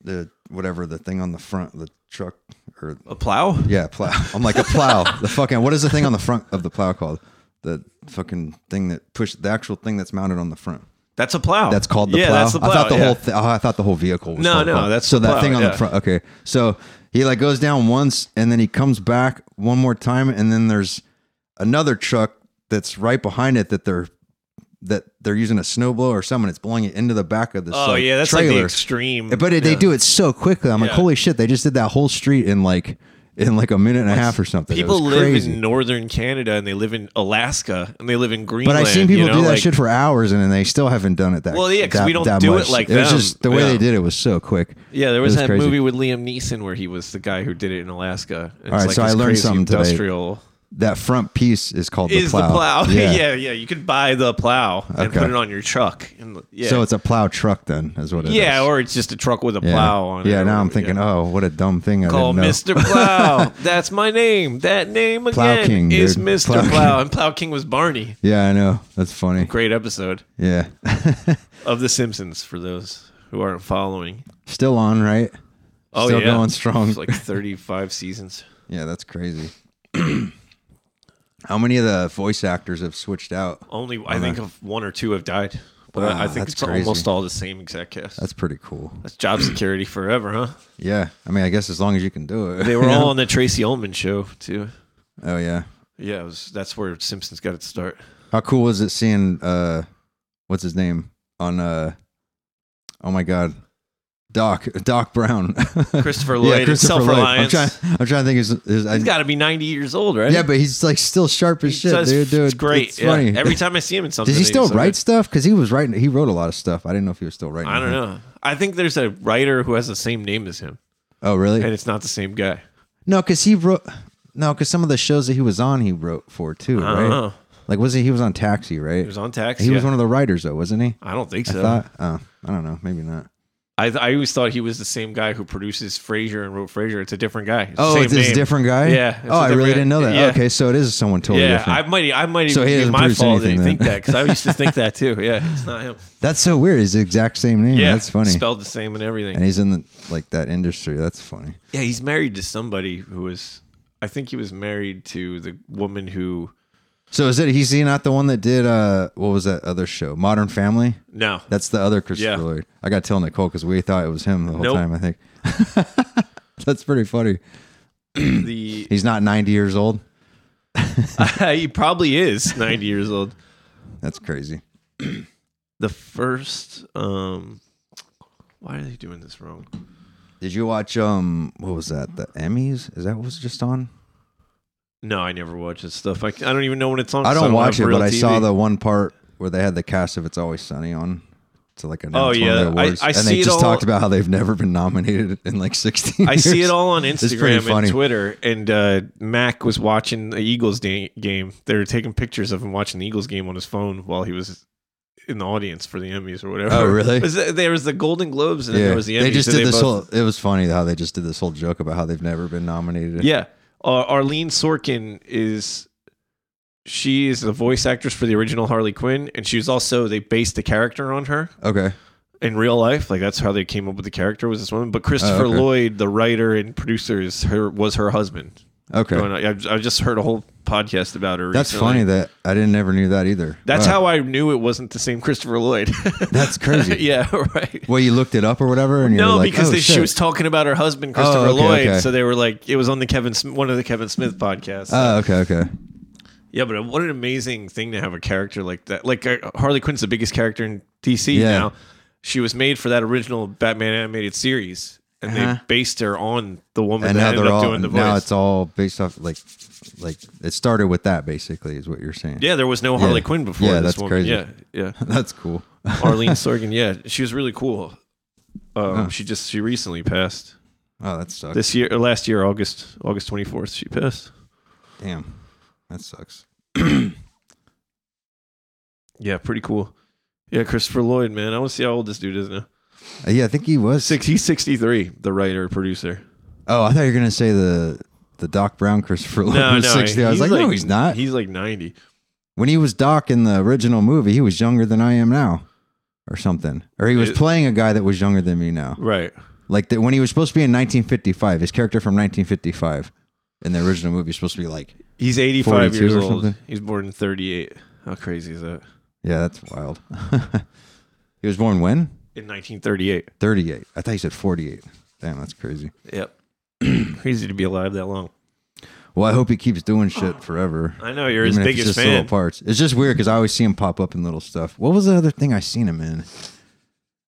Speaker 3: the whatever the thing on the front of the truck or
Speaker 2: A plow?
Speaker 3: yeah, plow. I'm like a plow. the fucking what is the thing on the front of the plow called? The fucking thing that push the actual thing that's mounted on the front.
Speaker 2: That's a plow.
Speaker 3: That's called the
Speaker 2: yeah,
Speaker 3: plow.
Speaker 2: That's the plow.
Speaker 3: I thought the
Speaker 2: yeah.
Speaker 3: whole th- I thought the whole vehicle was
Speaker 2: No,
Speaker 3: called a
Speaker 2: no,
Speaker 3: plow.
Speaker 2: that's
Speaker 3: so
Speaker 2: the
Speaker 3: that
Speaker 2: plow,
Speaker 3: thing on
Speaker 2: yeah.
Speaker 3: the front. Okay, so he like goes down once and then he comes back one more time and then there's another truck that's right behind it that they're that they're using a snowblower or someone. It's blowing it into the back of this.
Speaker 2: Oh
Speaker 3: like,
Speaker 2: yeah, that's
Speaker 3: trailer.
Speaker 2: like the extreme.
Speaker 3: But it, they
Speaker 2: yeah.
Speaker 3: do it so quickly. I'm like,
Speaker 2: Yeah.
Speaker 3: holy shit! They just did that whole street in like in like a minute and a half or something. It
Speaker 2: People
Speaker 3: was
Speaker 2: live
Speaker 3: crazy.
Speaker 2: in northern Canada and they live in Alaska and they live in
Speaker 3: But
Speaker 2: Greenland.
Speaker 3: I've seen people
Speaker 2: you know?
Speaker 3: do that
Speaker 2: like,
Speaker 3: shit for hours and then they still haven't done it that.
Speaker 2: Well, yeah, 'cause
Speaker 3: that-
Speaker 2: we don't
Speaker 3: that
Speaker 2: do it
Speaker 3: much.
Speaker 2: like
Speaker 3: it was
Speaker 2: them.
Speaker 3: just the way
Speaker 2: Yeah.
Speaker 3: they did it was so quick.
Speaker 2: Yeah, there was,
Speaker 3: It was
Speaker 2: that
Speaker 3: crazy.
Speaker 2: movie with Liam Neeson where he was the guy who did it in Alaska. It's
Speaker 3: All right,
Speaker 2: like
Speaker 3: so I
Speaker 2: this
Speaker 3: learned
Speaker 2: crazy
Speaker 3: something today.
Speaker 2: industrial.
Speaker 3: that front piece is called
Speaker 2: is
Speaker 3: the plow.
Speaker 2: the plow. Yeah. yeah, You could buy the plow and
Speaker 3: Okay.
Speaker 2: put it on your truck. And yeah.
Speaker 3: So it's a plow truck then, is what it is.
Speaker 2: yeah, or it's just a truck with a
Speaker 3: yeah.
Speaker 2: plow on it.
Speaker 3: Yeah,
Speaker 2: or
Speaker 3: now I'm
Speaker 2: whatever,
Speaker 3: thinking,
Speaker 2: yeah.
Speaker 3: oh, what a dumb thing I
Speaker 2: Call
Speaker 3: didn't know.
Speaker 2: Mr. Plow. That's my name. That name again
Speaker 3: Plow King,
Speaker 2: is
Speaker 3: dude.
Speaker 2: Mr.
Speaker 3: Plow
Speaker 2: Plow.
Speaker 3: King.
Speaker 2: And Plow King was Barney.
Speaker 3: Yeah, I know. That's funny.
Speaker 2: Great episode
Speaker 3: Yeah.
Speaker 2: of The Simpsons for those who aren't following.
Speaker 3: Still on, right?
Speaker 2: Oh
Speaker 3: Still
Speaker 2: yeah,
Speaker 3: going strong.
Speaker 2: It's like 35 seasons.
Speaker 3: yeah, that's crazy. How many of the voice actors have switched out?
Speaker 2: Only I think of one or two have died, but I-
Speaker 3: Wow,
Speaker 2: I think
Speaker 3: Ah, that's
Speaker 2: it's
Speaker 3: crazy.
Speaker 2: almost all the same exact cast.
Speaker 3: That's pretty cool.
Speaker 2: That's job security forever, huh?
Speaker 3: Yeah. I mean, I guess as long as you can do it.
Speaker 2: They were
Speaker 3: you know?
Speaker 2: all on the Tracy Ullman show too.
Speaker 3: Oh, yeah.
Speaker 2: Yeah, it was, that's where Simpsons got its start.
Speaker 3: How cool was it seeing uh what's his name on uh oh my god. Doc Doc Brown.
Speaker 2: Christopher Lloyd, self-reliance.
Speaker 3: I'm trying I'm trying to think his, his I,
Speaker 2: He's got to be 90 years old, right?
Speaker 3: Yeah, but he's like still sharp as
Speaker 2: He
Speaker 3: shit,
Speaker 2: does-
Speaker 3: dude. Dude,
Speaker 2: it's great.
Speaker 3: It's
Speaker 2: yeah.
Speaker 3: funny.
Speaker 2: Every time I see him in something,
Speaker 3: Does he
Speaker 2: I
Speaker 3: still
Speaker 2: just-
Speaker 3: write stuff? Because he was writing. He wrote a lot of stuff. I didn't know if he was still writing.
Speaker 2: I don't know. I think there's a writer who has the same name as him,
Speaker 3: Oh, really?
Speaker 2: and it's not the same guy.
Speaker 3: No, because he wrote. No, because some of the shows that he was on, he wrote for
Speaker 2: I
Speaker 3: too, right?
Speaker 2: don't know.
Speaker 3: Like, was he? He was on Taxi, right?
Speaker 2: He was on Tax.
Speaker 3: He was one of the writers, though, wasn't he?
Speaker 2: I don't think
Speaker 3: I
Speaker 2: so. I,
Speaker 3: thought. Oh, I don't know. Maybe not.
Speaker 2: th- I always thought he was the same guy who produces Frasier and wrote Frasier. It's a different guy. It's the
Speaker 3: Oh,
Speaker 2: same
Speaker 3: it's this
Speaker 2: name.
Speaker 3: different guy.
Speaker 2: Yeah, it's a
Speaker 3: Oh, I really
Speaker 2: different-
Speaker 3: didn't know that.
Speaker 2: yeah.
Speaker 3: Okay, so it is someone totally
Speaker 2: Yeah,
Speaker 3: different.
Speaker 2: I might. I might
Speaker 3: So
Speaker 2: even
Speaker 3: he
Speaker 2: be
Speaker 3: doesn't
Speaker 2: my
Speaker 3: produce
Speaker 2: fault that you
Speaker 3: anything
Speaker 2: think
Speaker 3: then.
Speaker 2: that because I used to think that too. Yeah, it's not him.
Speaker 3: That's so weird. It's the exact same name.
Speaker 2: Yeah,
Speaker 3: that's funny.
Speaker 2: Spelled the same and everything.
Speaker 3: and he's in the, like that industry. That's funny.
Speaker 2: Yeah, he's married to somebody who was. I think he was married to the woman who.
Speaker 3: So is it? He's he not the one that did uh what was that other show? Modern Family.
Speaker 2: No,
Speaker 3: That's the other Christopher
Speaker 2: Yeah.
Speaker 3: Lloyd. I got to tell Nicole because we thought it was him the whole
Speaker 2: Nope.
Speaker 3: time. I think that's pretty funny.
Speaker 2: the
Speaker 3: He's not 90 years old.
Speaker 2: he probably is ninety years old.
Speaker 3: That's crazy.
Speaker 2: The first. um Why are they doing this wrong?
Speaker 3: Did you watch um what was that? The Emmys? Is that what was just on?
Speaker 2: No, I never watch this stuff. I, I don't even know when it's on.
Speaker 3: I
Speaker 2: 'cause
Speaker 3: don't watch
Speaker 2: have uh,
Speaker 3: it,
Speaker 2: real
Speaker 3: but I
Speaker 2: TV.
Speaker 3: saw the one part where they had the cast of It's Always Sunny on. To like announce
Speaker 2: Oh, yeah.
Speaker 3: one of the
Speaker 2: I-
Speaker 3: awards,
Speaker 2: I
Speaker 3: and
Speaker 2: see
Speaker 3: they
Speaker 2: it
Speaker 3: just
Speaker 2: all-
Speaker 3: talked about how they've never been nominated in like 16.
Speaker 2: I see it
Speaker 3: years.
Speaker 2: all on
Speaker 3: It's pretty
Speaker 2: Instagram and
Speaker 3: funny.
Speaker 2: Twitter. And uh, Mac was watching the Eagles da- game. They were taking pictures of him watching the Eagles game on his phone while he was in the audience for the Emmys or whatever.
Speaker 3: Oh, really?
Speaker 2: Was that- there was the Golden Globes and then there was the Emmys.
Speaker 3: they just
Speaker 2: and
Speaker 3: did this
Speaker 2: both-
Speaker 3: whole. It was funny how they just did this whole joke about how they've never been nominated.
Speaker 2: Yeah. Uh, Arlene Sorkin is she is the voice actress for the original Harley Quinn, and she was also they based the character on her
Speaker 3: Okay.
Speaker 2: in real life. Like that's how they came up with the character was this woman. But Christopher
Speaker 3: Oh, okay.
Speaker 2: Lloyd, the writer and producer, is her was her husband.
Speaker 3: Okay.
Speaker 2: Going on- I, I just heard a whole podcast about her.
Speaker 3: That's
Speaker 2: recently.
Speaker 3: funny that I didn't ever knew that either.
Speaker 2: That's
Speaker 3: Wow.
Speaker 2: how I knew it wasn't the same Christopher Lloyd.
Speaker 3: That's crazy.
Speaker 2: yeah, right.
Speaker 3: Well, you looked it up or whatever, and you're
Speaker 2: No,
Speaker 3: like,
Speaker 2: because
Speaker 3: oh,
Speaker 2: they,
Speaker 3: shit. Oh,
Speaker 2: she was talking about her husband Christopher
Speaker 3: okay,
Speaker 2: Lloyd,
Speaker 3: okay.
Speaker 2: so they were like, it was on the Kevin Sm- one of the Kevin Smith podcasts.
Speaker 3: Oh, okay, okay.
Speaker 2: Yeah, but what an amazing thing to have a character like that. Like uh, Harley Quinn's the biggest character in DC
Speaker 3: Yeah.
Speaker 2: now. She was made for that original Batman animated series, and they based her on the woman
Speaker 3: Uh-huh. And
Speaker 2: that
Speaker 3: now
Speaker 2: ended
Speaker 3: they're
Speaker 2: up
Speaker 3: all
Speaker 2: doing the
Speaker 3: now
Speaker 2: voice.
Speaker 3: it's all based off like, like it started with that basically is what you're saying.
Speaker 2: yeah, there was no Harley
Speaker 3: Yeah.
Speaker 2: Quinn before
Speaker 3: Yeah,
Speaker 2: this
Speaker 3: that's
Speaker 2: woman.
Speaker 3: crazy.
Speaker 2: Yeah, yeah.
Speaker 3: that's cool.
Speaker 2: Arlene Sorkin. Yeah, she was really cool. Um, She just she recently passed
Speaker 3: Oh, that sucks.
Speaker 2: this year, or last year, August August twenty fourth. She passed.
Speaker 3: Damn, that sucks.
Speaker 2: Yeah, pretty cool. Yeah, Christopher Lloyd, man. I want to see how old this dude is now.
Speaker 3: Uh, yeah, I think he was
Speaker 2: Six. He's sixty three. The writer producer.
Speaker 3: Oh, I thought you were gonna say the the Doc Brown Christopher Lloyd
Speaker 2: No,
Speaker 3: was
Speaker 2: no,
Speaker 3: sixty. I was
Speaker 2: he's
Speaker 3: like, no, he's not.
Speaker 2: He's like ninety.
Speaker 3: when he was Doc in the original movie, he was younger than I am now, or something. Or he was
Speaker 2: It-
Speaker 3: playing a guy that was younger than me now.
Speaker 2: Right.
Speaker 3: Like that when he was supposed to be in 1955, his character from 1955 in the original movie is supposed to be like,
Speaker 2: He's eighty five
Speaker 3: 42
Speaker 2: years
Speaker 3: or
Speaker 2: old.
Speaker 3: something?
Speaker 2: He's born in thirty eight. How crazy is that?
Speaker 3: yeah, that's wild. he was born when?
Speaker 2: In nineteen thirty eight.
Speaker 3: 38. I thought he said 48. Damn, that's crazy.
Speaker 2: Yep. crazy to be alive that long.
Speaker 3: Well, I hope he keeps doing shit forever.
Speaker 2: I know you're his
Speaker 3: Even if it's
Speaker 2: biggest
Speaker 3: just little
Speaker 2: fan.
Speaker 3: parts. It's just weird because I always see him pop up in little stuff. What was the other thing I seen him in?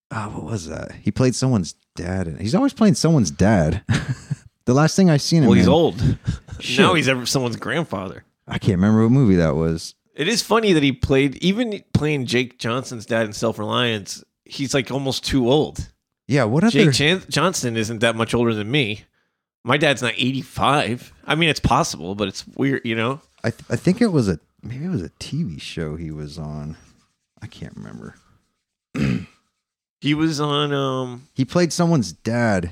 Speaker 3: Ah, what was that? He played someone's dad. In, he's always playing someone's dad. the last thing I seen him.
Speaker 2: Well, he's
Speaker 3: in-
Speaker 2: old. now
Speaker 3: Shit.
Speaker 2: he's ever someone's grandfather.
Speaker 3: I can't remember what movie that was.
Speaker 2: It is funny that he played even playing Jake Johnson's dad in Self Reliance. He's like almost too old.
Speaker 3: Yeah, what other?
Speaker 2: Jake Chan- Johnson isn't that much older than me. My dad's not 85. I mean, it's possible, but it's weird, you know.
Speaker 3: I th- I think it was a maybe it was a TV show he was on. I can't remember.
Speaker 2: He was on um.
Speaker 3: He played someone's dad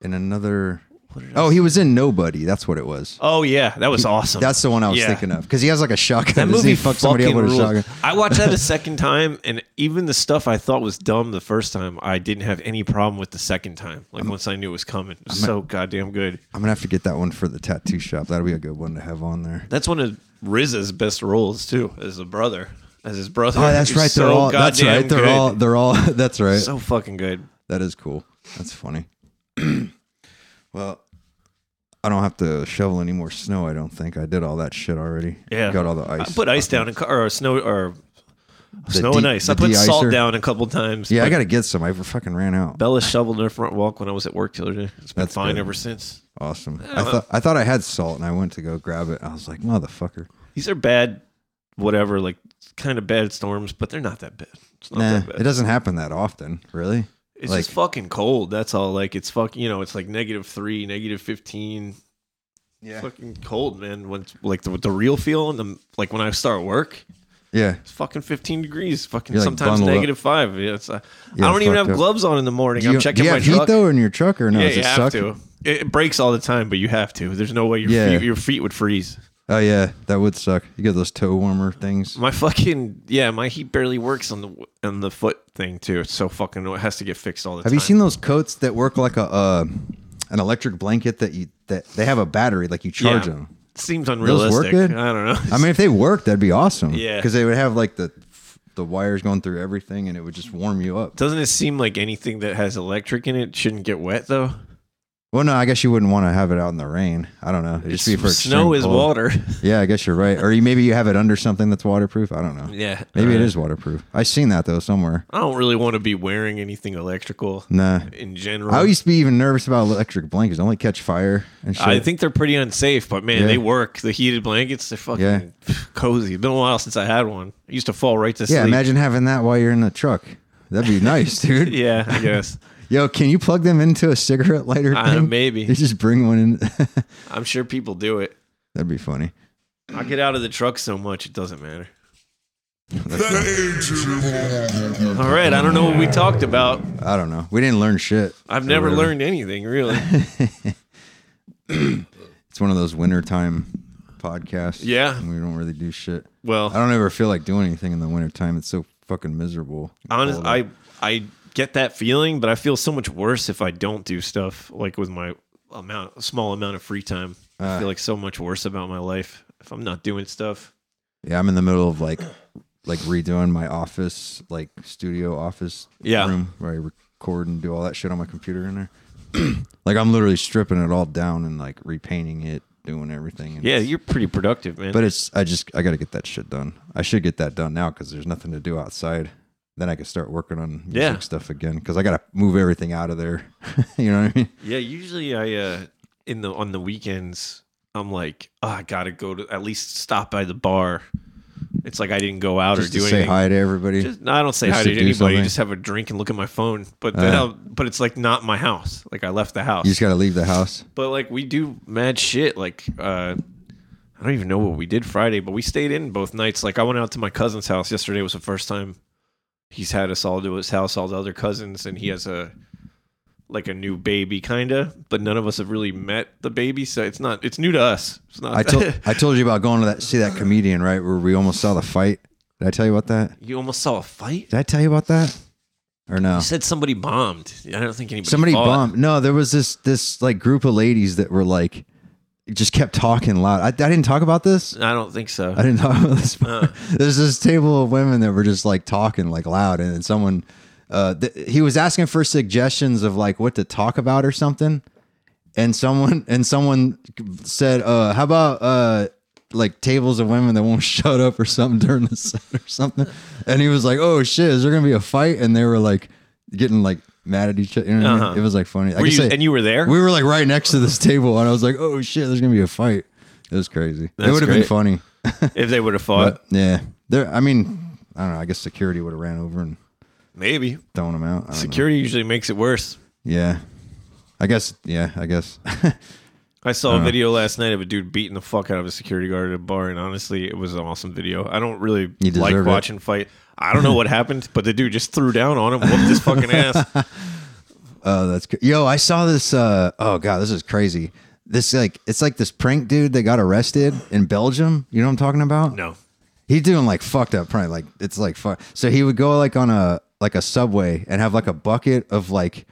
Speaker 3: in another.
Speaker 2: What did I
Speaker 3: Oh,
Speaker 2: say?
Speaker 3: he was in Nobody. That's what it was.
Speaker 2: Oh yeah, that was awesome.
Speaker 3: That's the one I was
Speaker 2: Yeah.
Speaker 3: thinking of because he has like a shotgun.
Speaker 2: that
Speaker 3: Does
Speaker 2: movie
Speaker 3: he fuck somebody up
Speaker 2: fucking
Speaker 3: with a
Speaker 2: ruled.
Speaker 3: shotgun.
Speaker 2: I watched that a second time, and even the stuff I thought was dumb the first time, I didn't have any problem with the second time. Like once I knew it was coming, it was so goddamn good.
Speaker 3: I'm gonna have to get that one for the tattoo shop. That'll be a good one to have on there.
Speaker 2: That's one of Riz's best roles too, as a brother, as his brother.
Speaker 3: Oh, that's
Speaker 2: He's
Speaker 3: right. They're
Speaker 2: so
Speaker 3: all. That's
Speaker 2: goddamn
Speaker 3: right. They're
Speaker 2: good.
Speaker 3: all. They're all. That's right.
Speaker 2: so fucking good.
Speaker 3: That is cool. That's funny. well, I don't have to shovel any more snow. I don't think I did all that shit already.
Speaker 2: Yeah,
Speaker 3: got all the
Speaker 2: I
Speaker 3: ice.
Speaker 2: put ice down and co- or snow or
Speaker 3: The
Speaker 2: snow
Speaker 3: de-
Speaker 2: and ice. I
Speaker 3: the
Speaker 2: put salt
Speaker 3: de-icer.
Speaker 2: down a couple times.
Speaker 3: Yeah, I
Speaker 2: but
Speaker 3: gotta get some. I fucking ran out.
Speaker 2: Bella shoveled her front walk when I was at work the other day. It's been
Speaker 3: That's
Speaker 2: fine
Speaker 3: good.
Speaker 2: ever since.
Speaker 3: Awesome. I thought I thought I had salt, and I went to go grab it. I was like, motherfucker.
Speaker 2: These are bad, whatever, like kind of bad storms, but they're not that bad. It's not
Speaker 3: Nah,
Speaker 2: that bad.
Speaker 3: it doesn't happen that often, really.
Speaker 2: it's
Speaker 3: like-
Speaker 2: just fucking cold. That's all. Like it's fuck, you know, it's like negative three, negative fifteen.
Speaker 3: Yeah.
Speaker 2: Fucking cold, man. When it's, like the, the real feel, and the like when I start work,
Speaker 3: Yeah.
Speaker 2: it's fucking fifteen degrees. Fucking
Speaker 3: You're, like,
Speaker 2: sometimes
Speaker 3: bundled up.
Speaker 2: negative five. Yeah, it's, uh,
Speaker 3: Yeah,
Speaker 2: I don't even
Speaker 3: fucked
Speaker 2: have
Speaker 3: up.
Speaker 2: gloves on in the morning.
Speaker 3: Do you,
Speaker 2: I'm checking
Speaker 3: do you
Speaker 2: my
Speaker 3: have
Speaker 2: truck.
Speaker 3: heat though in your truck or no?
Speaker 2: yeah,
Speaker 3: Does
Speaker 2: you
Speaker 3: it
Speaker 2: have
Speaker 3: suck?
Speaker 2: to. It, it breaks all the time, but you have to. There's no way your
Speaker 3: Yeah.
Speaker 2: feet, your feet would freeze.
Speaker 3: Oh yeah, that would suck. You get those toe warmer things.
Speaker 2: My fucking yeah, my heat barely works on the on the foot thing too. It's so fucking it has to get fixed all the
Speaker 3: Have
Speaker 2: time.
Speaker 3: you seen those coats that work like a uh, an electric blanket that you that they have a battery like you charge
Speaker 2: Yeah.
Speaker 3: them?
Speaker 2: Seems unrealistic.
Speaker 3: good?
Speaker 2: I don't know.
Speaker 3: I mean, if they worked, that'd be awesome.
Speaker 2: Yeah.
Speaker 3: because they would have like the the wires going through everything, and it would just warm you up.
Speaker 2: doesn't it seem like anything that has electric in it shouldn't get wet though?
Speaker 3: Well, no, I guess you wouldn't want to have it out in the rain. I don't know. It'd just be for extreme
Speaker 2: snow is
Speaker 3: cold.
Speaker 2: water.
Speaker 3: Yeah, I guess you're right. Or you, maybe you have it under something that's waterproof. I don't know.
Speaker 2: yeah,
Speaker 3: Maybe it
Speaker 2: Uh,
Speaker 3: is waterproof. I seen that though somewhere.
Speaker 2: I don't really want to be wearing anything electrical
Speaker 3: Nah.
Speaker 2: in general.
Speaker 3: I used to be even nervous about electric blankets. They Only catch fire and shit.
Speaker 2: I think they're pretty unsafe, but man,
Speaker 3: Yeah.
Speaker 2: they work. The heated blankets, they're fucking cozy. It's been a while since I had one. I used to fall right to
Speaker 3: yeah,
Speaker 2: sleep.
Speaker 3: imagine having that while you're in the truck. That'd be nice, dude.
Speaker 2: yeah, I guess.
Speaker 3: Yo, can you plug them into a cigarette lighter?
Speaker 2: Uh,
Speaker 3: thing?
Speaker 2: maybe.
Speaker 3: You just bring one in. That'd
Speaker 2: I'm sure people do it.
Speaker 3: be funny.
Speaker 2: I get out of the truck so much it doesn't matter. All right, I don't know what we talked about.
Speaker 3: I don't know. We didn't learn shit.
Speaker 2: I've
Speaker 3: Or
Speaker 2: never
Speaker 3: whatever.
Speaker 2: learned anything really.
Speaker 3: It's one of those wintertime podcasts.
Speaker 2: Yeah.
Speaker 3: And we don't really do shit. I
Speaker 2: Well,
Speaker 3: don't ever feel like doing anything in the wintertime. It's so fucking miserable.
Speaker 2: honest,
Speaker 3: Cold.
Speaker 2: I I get that feeling, but I feel so much worse if I don't do stuff like with my amount small amount of free time. I feel like so much worse about my life if I'm not doing stuff.
Speaker 3: Yeah, I'm in the middle of like like redoing my office, like studio office
Speaker 2: Yeah.
Speaker 3: room where I record and do all that shit on my computer in there. like I'm literally stripping it all down and like repainting it, doing everything. And
Speaker 2: Yeah, you're pretty productive, man.
Speaker 3: But it's I just I got to get that shit done. I should get that done now because there's nothing to do outside. Then I can start working on music
Speaker 2: Yeah.
Speaker 3: stuff again because I got to move everything out of there. you know what I mean?
Speaker 2: Yeah, usually I uh in the on the weekends I'm like, oh, I gotta go to at least stop by the bar. It's like I didn't go out
Speaker 3: Just
Speaker 2: or
Speaker 3: to
Speaker 2: do
Speaker 3: say
Speaker 2: anything.
Speaker 3: hi to everybody.
Speaker 2: Just, no, I don't say
Speaker 3: Just
Speaker 2: hi
Speaker 3: to
Speaker 2: to
Speaker 3: do
Speaker 2: anybody.
Speaker 3: something. Uh-huh.
Speaker 2: Just have a drink and look at my phone. But then I'll, but it's like not my house. Like I left the house.
Speaker 3: you just got to leave the house.
Speaker 2: but like we do mad shit. Like uh I don't even know what we did Friday, but we stayed in both nights. Like I went out to my cousin's house yesterday. Was the first time he's had us all to his house, all the other cousins, and he has a like a new baby, kinda. But none of us have really met the baby, so it's not. It's new to us. It's not.
Speaker 3: I told I told you about going to that see that comedian right where we almost saw the fight. Did I tell you about that?
Speaker 2: you almost saw a fight.
Speaker 3: Did I tell you about that? Or no?
Speaker 2: You said somebody bombed. Oh, I don't think anybody.
Speaker 3: Somebody
Speaker 2: fought.
Speaker 3: bumped. No, there was this this like group of ladies that were like just kept talking loud. I, I didn't talk about this.
Speaker 2: I don't think so.
Speaker 3: I didn't talk about this.
Speaker 2: Uh.
Speaker 3: There's this table of women that were just like talking like loud, and then someone, uh, th- he was asking for suggestions of like what to talk about or something, and someone and someone said, uh, "How about uh, like tables of women that won't shut up or something during the set or something?" And he was like, "Oh shit, is there gonna be a fight?" And they were like getting like mad at each other. You know what I mean?
Speaker 2: Uh-huh.
Speaker 3: It was like funny. I
Speaker 2: Were
Speaker 3: guess
Speaker 2: you,
Speaker 3: they-
Speaker 2: and you were there.
Speaker 3: we were like right next to this table, and I was like, "Oh shit, there's gonna be a fight." It was crazy.
Speaker 2: That's
Speaker 3: it would have been
Speaker 2: great.
Speaker 3: funny.
Speaker 2: if they would have fought,
Speaker 3: But, yeah, there. I mean, I don't know. I guess security would have ran over and
Speaker 2: maybe
Speaker 3: thrown him out. I don't know.
Speaker 2: security usually makes it worse.
Speaker 3: Yeah, I guess. Yeah, I guess.
Speaker 2: I saw a
Speaker 3: Uh.
Speaker 2: video last night of a dude beating the fuck out of a security guard at a bar, and honestly, it was an awesome video. I don't really
Speaker 3: You
Speaker 2: like
Speaker 3: deserved it.
Speaker 2: watching fight. I don't know what happened, but the dude just threw down on him, whooped his fucking ass.
Speaker 3: Oh, that's good. Yo, I saw this. Uh, oh god, this is crazy. This like it's like this prank dude that got arrested in Belgium. You know what I'm talking about?
Speaker 2: No,
Speaker 3: He's doing like fucked up prank. Like it's like fuck. So he would go like on a like a subway and have like a bucket of like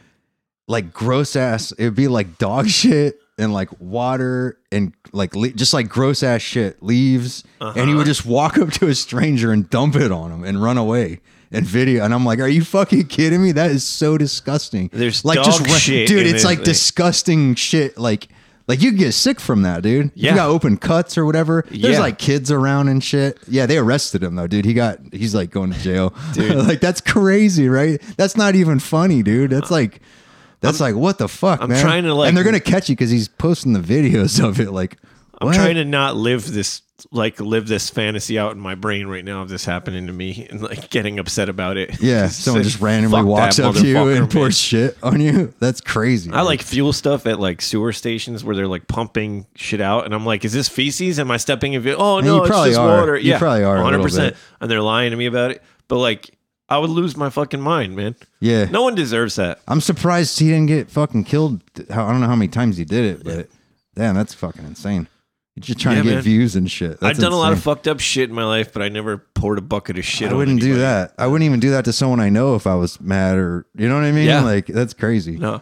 Speaker 3: like gross ass. It would be like dog shit and like water and like le- just like gross ass shit leaves. And he
Speaker 2: Uh-huh.
Speaker 3: would just walk up to a stranger and dump it on him and run away. And video, and I'm like, are you fucking kidding me? That is so disgusting.
Speaker 2: There's
Speaker 3: like
Speaker 2: dog
Speaker 3: ra-
Speaker 2: shit
Speaker 3: dude.
Speaker 2: in
Speaker 3: It's
Speaker 2: it,
Speaker 3: like
Speaker 2: like-
Speaker 3: disgusting shit. Like, like you get sick from that, dude.
Speaker 2: Yeah.
Speaker 3: You got open cuts or whatever. There's
Speaker 2: Yeah.
Speaker 3: like kids around and shit. Yeah, they arrested him though, dude. He got he's like going to jail. dude. like that's crazy, right? That's not even funny, dude. That's like that's like what the fuck,
Speaker 2: I'm
Speaker 3: man.
Speaker 2: trying to, like-
Speaker 3: and they're gonna catch you because he's posting the videos of it. Like,
Speaker 2: I'm
Speaker 3: what?
Speaker 2: trying to not live this like live this fantasy out in my brain right now of this happening to me and like getting upset about it.
Speaker 3: yeah, someone just randomly
Speaker 2: fuck that
Speaker 3: walks up to you
Speaker 2: motherfucker,
Speaker 3: and pours
Speaker 2: bitch.
Speaker 3: shit on you. That's crazy.
Speaker 2: I like fuel stuff at like sewer stations where they're like pumping shit out, and I'm like, "Is this feces? Am I stepping in?" fe- Oh no,
Speaker 3: you
Speaker 2: it's
Speaker 3: probably
Speaker 2: just
Speaker 3: are.
Speaker 2: water.
Speaker 3: You
Speaker 2: yeah,
Speaker 3: probably are a little
Speaker 2: 100.
Speaker 3: bit.
Speaker 2: And they're lying to me about it, but like, I would lose my fucking mind, man.
Speaker 3: Yeah.
Speaker 2: no one deserves that.
Speaker 3: I'm surprised he didn't get fucking killed. How- I don't know how many times he did it, but damn, that's fucking insane. You're just trying
Speaker 2: Yeah,
Speaker 3: to get
Speaker 2: man.
Speaker 3: views and shit.
Speaker 2: I've
Speaker 3: That's
Speaker 2: done a lot of
Speaker 3: insane.
Speaker 2: fucked up shit in my life, but I never poured a bucket of shit.
Speaker 3: I
Speaker 2: on
Speaker 3: wouldn't do
Speaker 2: anybody.
Speaker 3: that. I wouldn't even do that to someone I know if I was mad or you know what I mean.
Speaker 2: Yeah.
Speaker 3: Like that's crazy.
Speaker 2: No,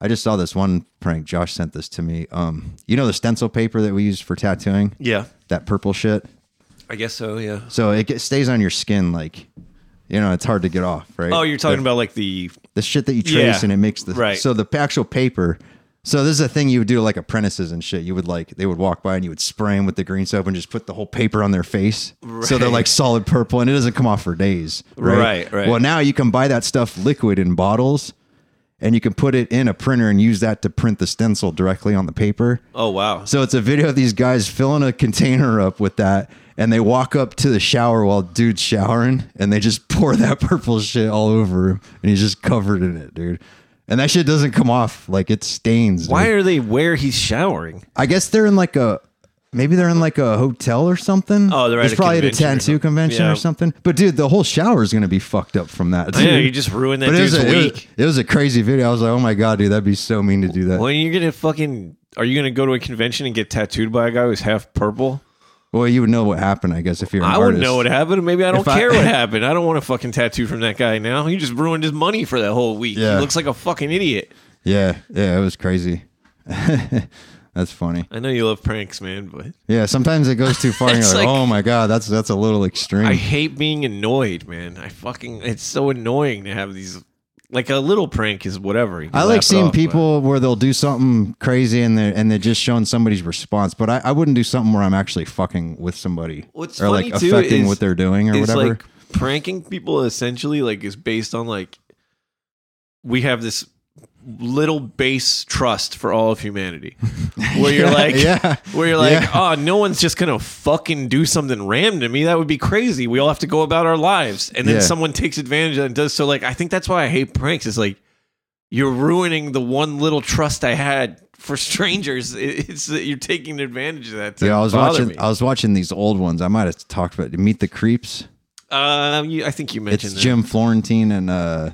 Speaker 3: I just saw this one prank. Josh sent this to me. Um, you know the stencil paper that we use for tattooing,
Speaker 2: yeah,
Speaker 3: that purple shit.
Speaker 2: I guess so. Yeah.
Speaker 3: So it gets, stays on your skin, like you know, it's hard to get off, right?
Speaker 2: Oh, you're talking
Speaker 3: The-
Speaker 2: about like the
Speaker 3: the shit that you trace
Speaker 2: Yeah,
Speaker 3: and it makes the
Speaker 2: right.
Speaker 3: so the actual paper. So this is a thing you would do like apprentices and shit. You would like they would walk by and you would spray them with the green soap and just put the whole paper on their face. So they're
Speaker 2: Right.
Speaker 3: like solid purple and it doesn't come off for days.
Speaker 2: Right, right.
Speaker 3: Well, now you can buy that stuff liquid in bottles and you can put it in a printer and use that to print the stencil directly on the paper.
Speaker 2: oh wow.
Speaker 3: So it's a video of these guys filling a container up with that, and they walk up to the shower while dude's showering, and they just pour that purple shit all over him, and he's just covered in it, dude. And that shit doesn't come off like it stains. dude.
Speaker 2: Why are they where he's showering?
Speaker 3: I guess they're in like a maybe they're in like a hotel or something.
Speaker 2: Oh, they're at
Speaker 3: It's
Speaker 2: a
Speaker 3: probably
Speaker 2: convention or
Speaker 3: at a tattoo
Speaker 2: something.
Speaker 3: convention
Speaker 2: Yeah.
Speaker 3: or something. But dude, the whole shower is gonna be fucked up from that. Dude.
Speaker 2: Yeah, you just ruined that
Speaker 3: But it was,
Speaker 2: dude's
Speaker 3: a, it was-
Speaker 2: week.
Speaker 3: it was a crazy video. I was like, oh my god, dude, that'd be so mean to do that.
Speaker 2: Well, you're gonna fucking. Are you gonna go to a convention and get tattooed by a guy who's half purple?
Speaker 3: Well, you would know what happened, I guess, if you're. An
Speaker 2: I wouldn't
Speaker 3: artist.
Speaker 2: know what happened. Maybe I don't
Speaker 3: If I-
Speaker 2: care what happened. I don't want a fucking tattoo from that guy now. He just ruined his money for that whole week.
Speaker 3: Yeah.
Speaker 2: He looks like a fucking idiot.
Speaker 3: Yeah, yeah, it was crazy. that's funny.
Speaker 2: I know you love pranks, man, but
Speaker 3: Yeah, sometimes it goes too far. and you're
Speaker 2: It's
Speaker 3: like,
Speaker 2: like-
Speaker 3: oh my god, that's that's a little extreme.
Speaker 2: I hate being annoyed, man. I fucking. It's so annoying to have these. Like a little prank is whatever. You can
Speaker 3: I
Speaker 2: laugh
Speaker 3: like
Speaker 2: it
Speaker 3: seeing
Speaker 2: off, but-
Speaker 3: people where they'll do something crazy and they're and they're just showing somebody's response. But I, I wouldn't do something where I'm actually fucking with somebody
Speaker 2: What's
Speaker 3: or like
Speaker 2: funny, too,
Speaker 3: affecting
Speaker 2: is-
Speaker 3: what they're doing or
Speaker 2: It's
Speaker 3: whatever.
Speaker 2: like pranking people essentially like is based on like we have this little base trust for all of humanity where you're
Speaker 3: Yeah,
Speaker 2: like
Speaker 3: yeah,
Speaker 2: where you're like
Speaker 3: yeah.
Speaker 2: oh no one's just gonna fucking do something random to me that would be crazy we all have to go about our lives and then
Speaker 3: Yeah.
Speaker 2: someone takes advantage of that and does so like i think that's why i hate pranks is like you're ruining the one little trust i had for strangers It- it's you're taking advantage of that to
Speaker 3: yeah, I was
Speaker 2: bother
Speaker 3: watching
Speaker 2: me.
Speaker 3: I was watching these old ones. I might have talked about it. Meet the Creeps.
Speaker 2: Uh, you, I think you mentioned
Speaker 3: It's
Speaker 2: that.
Speaker 3: Jim Florentine and uh,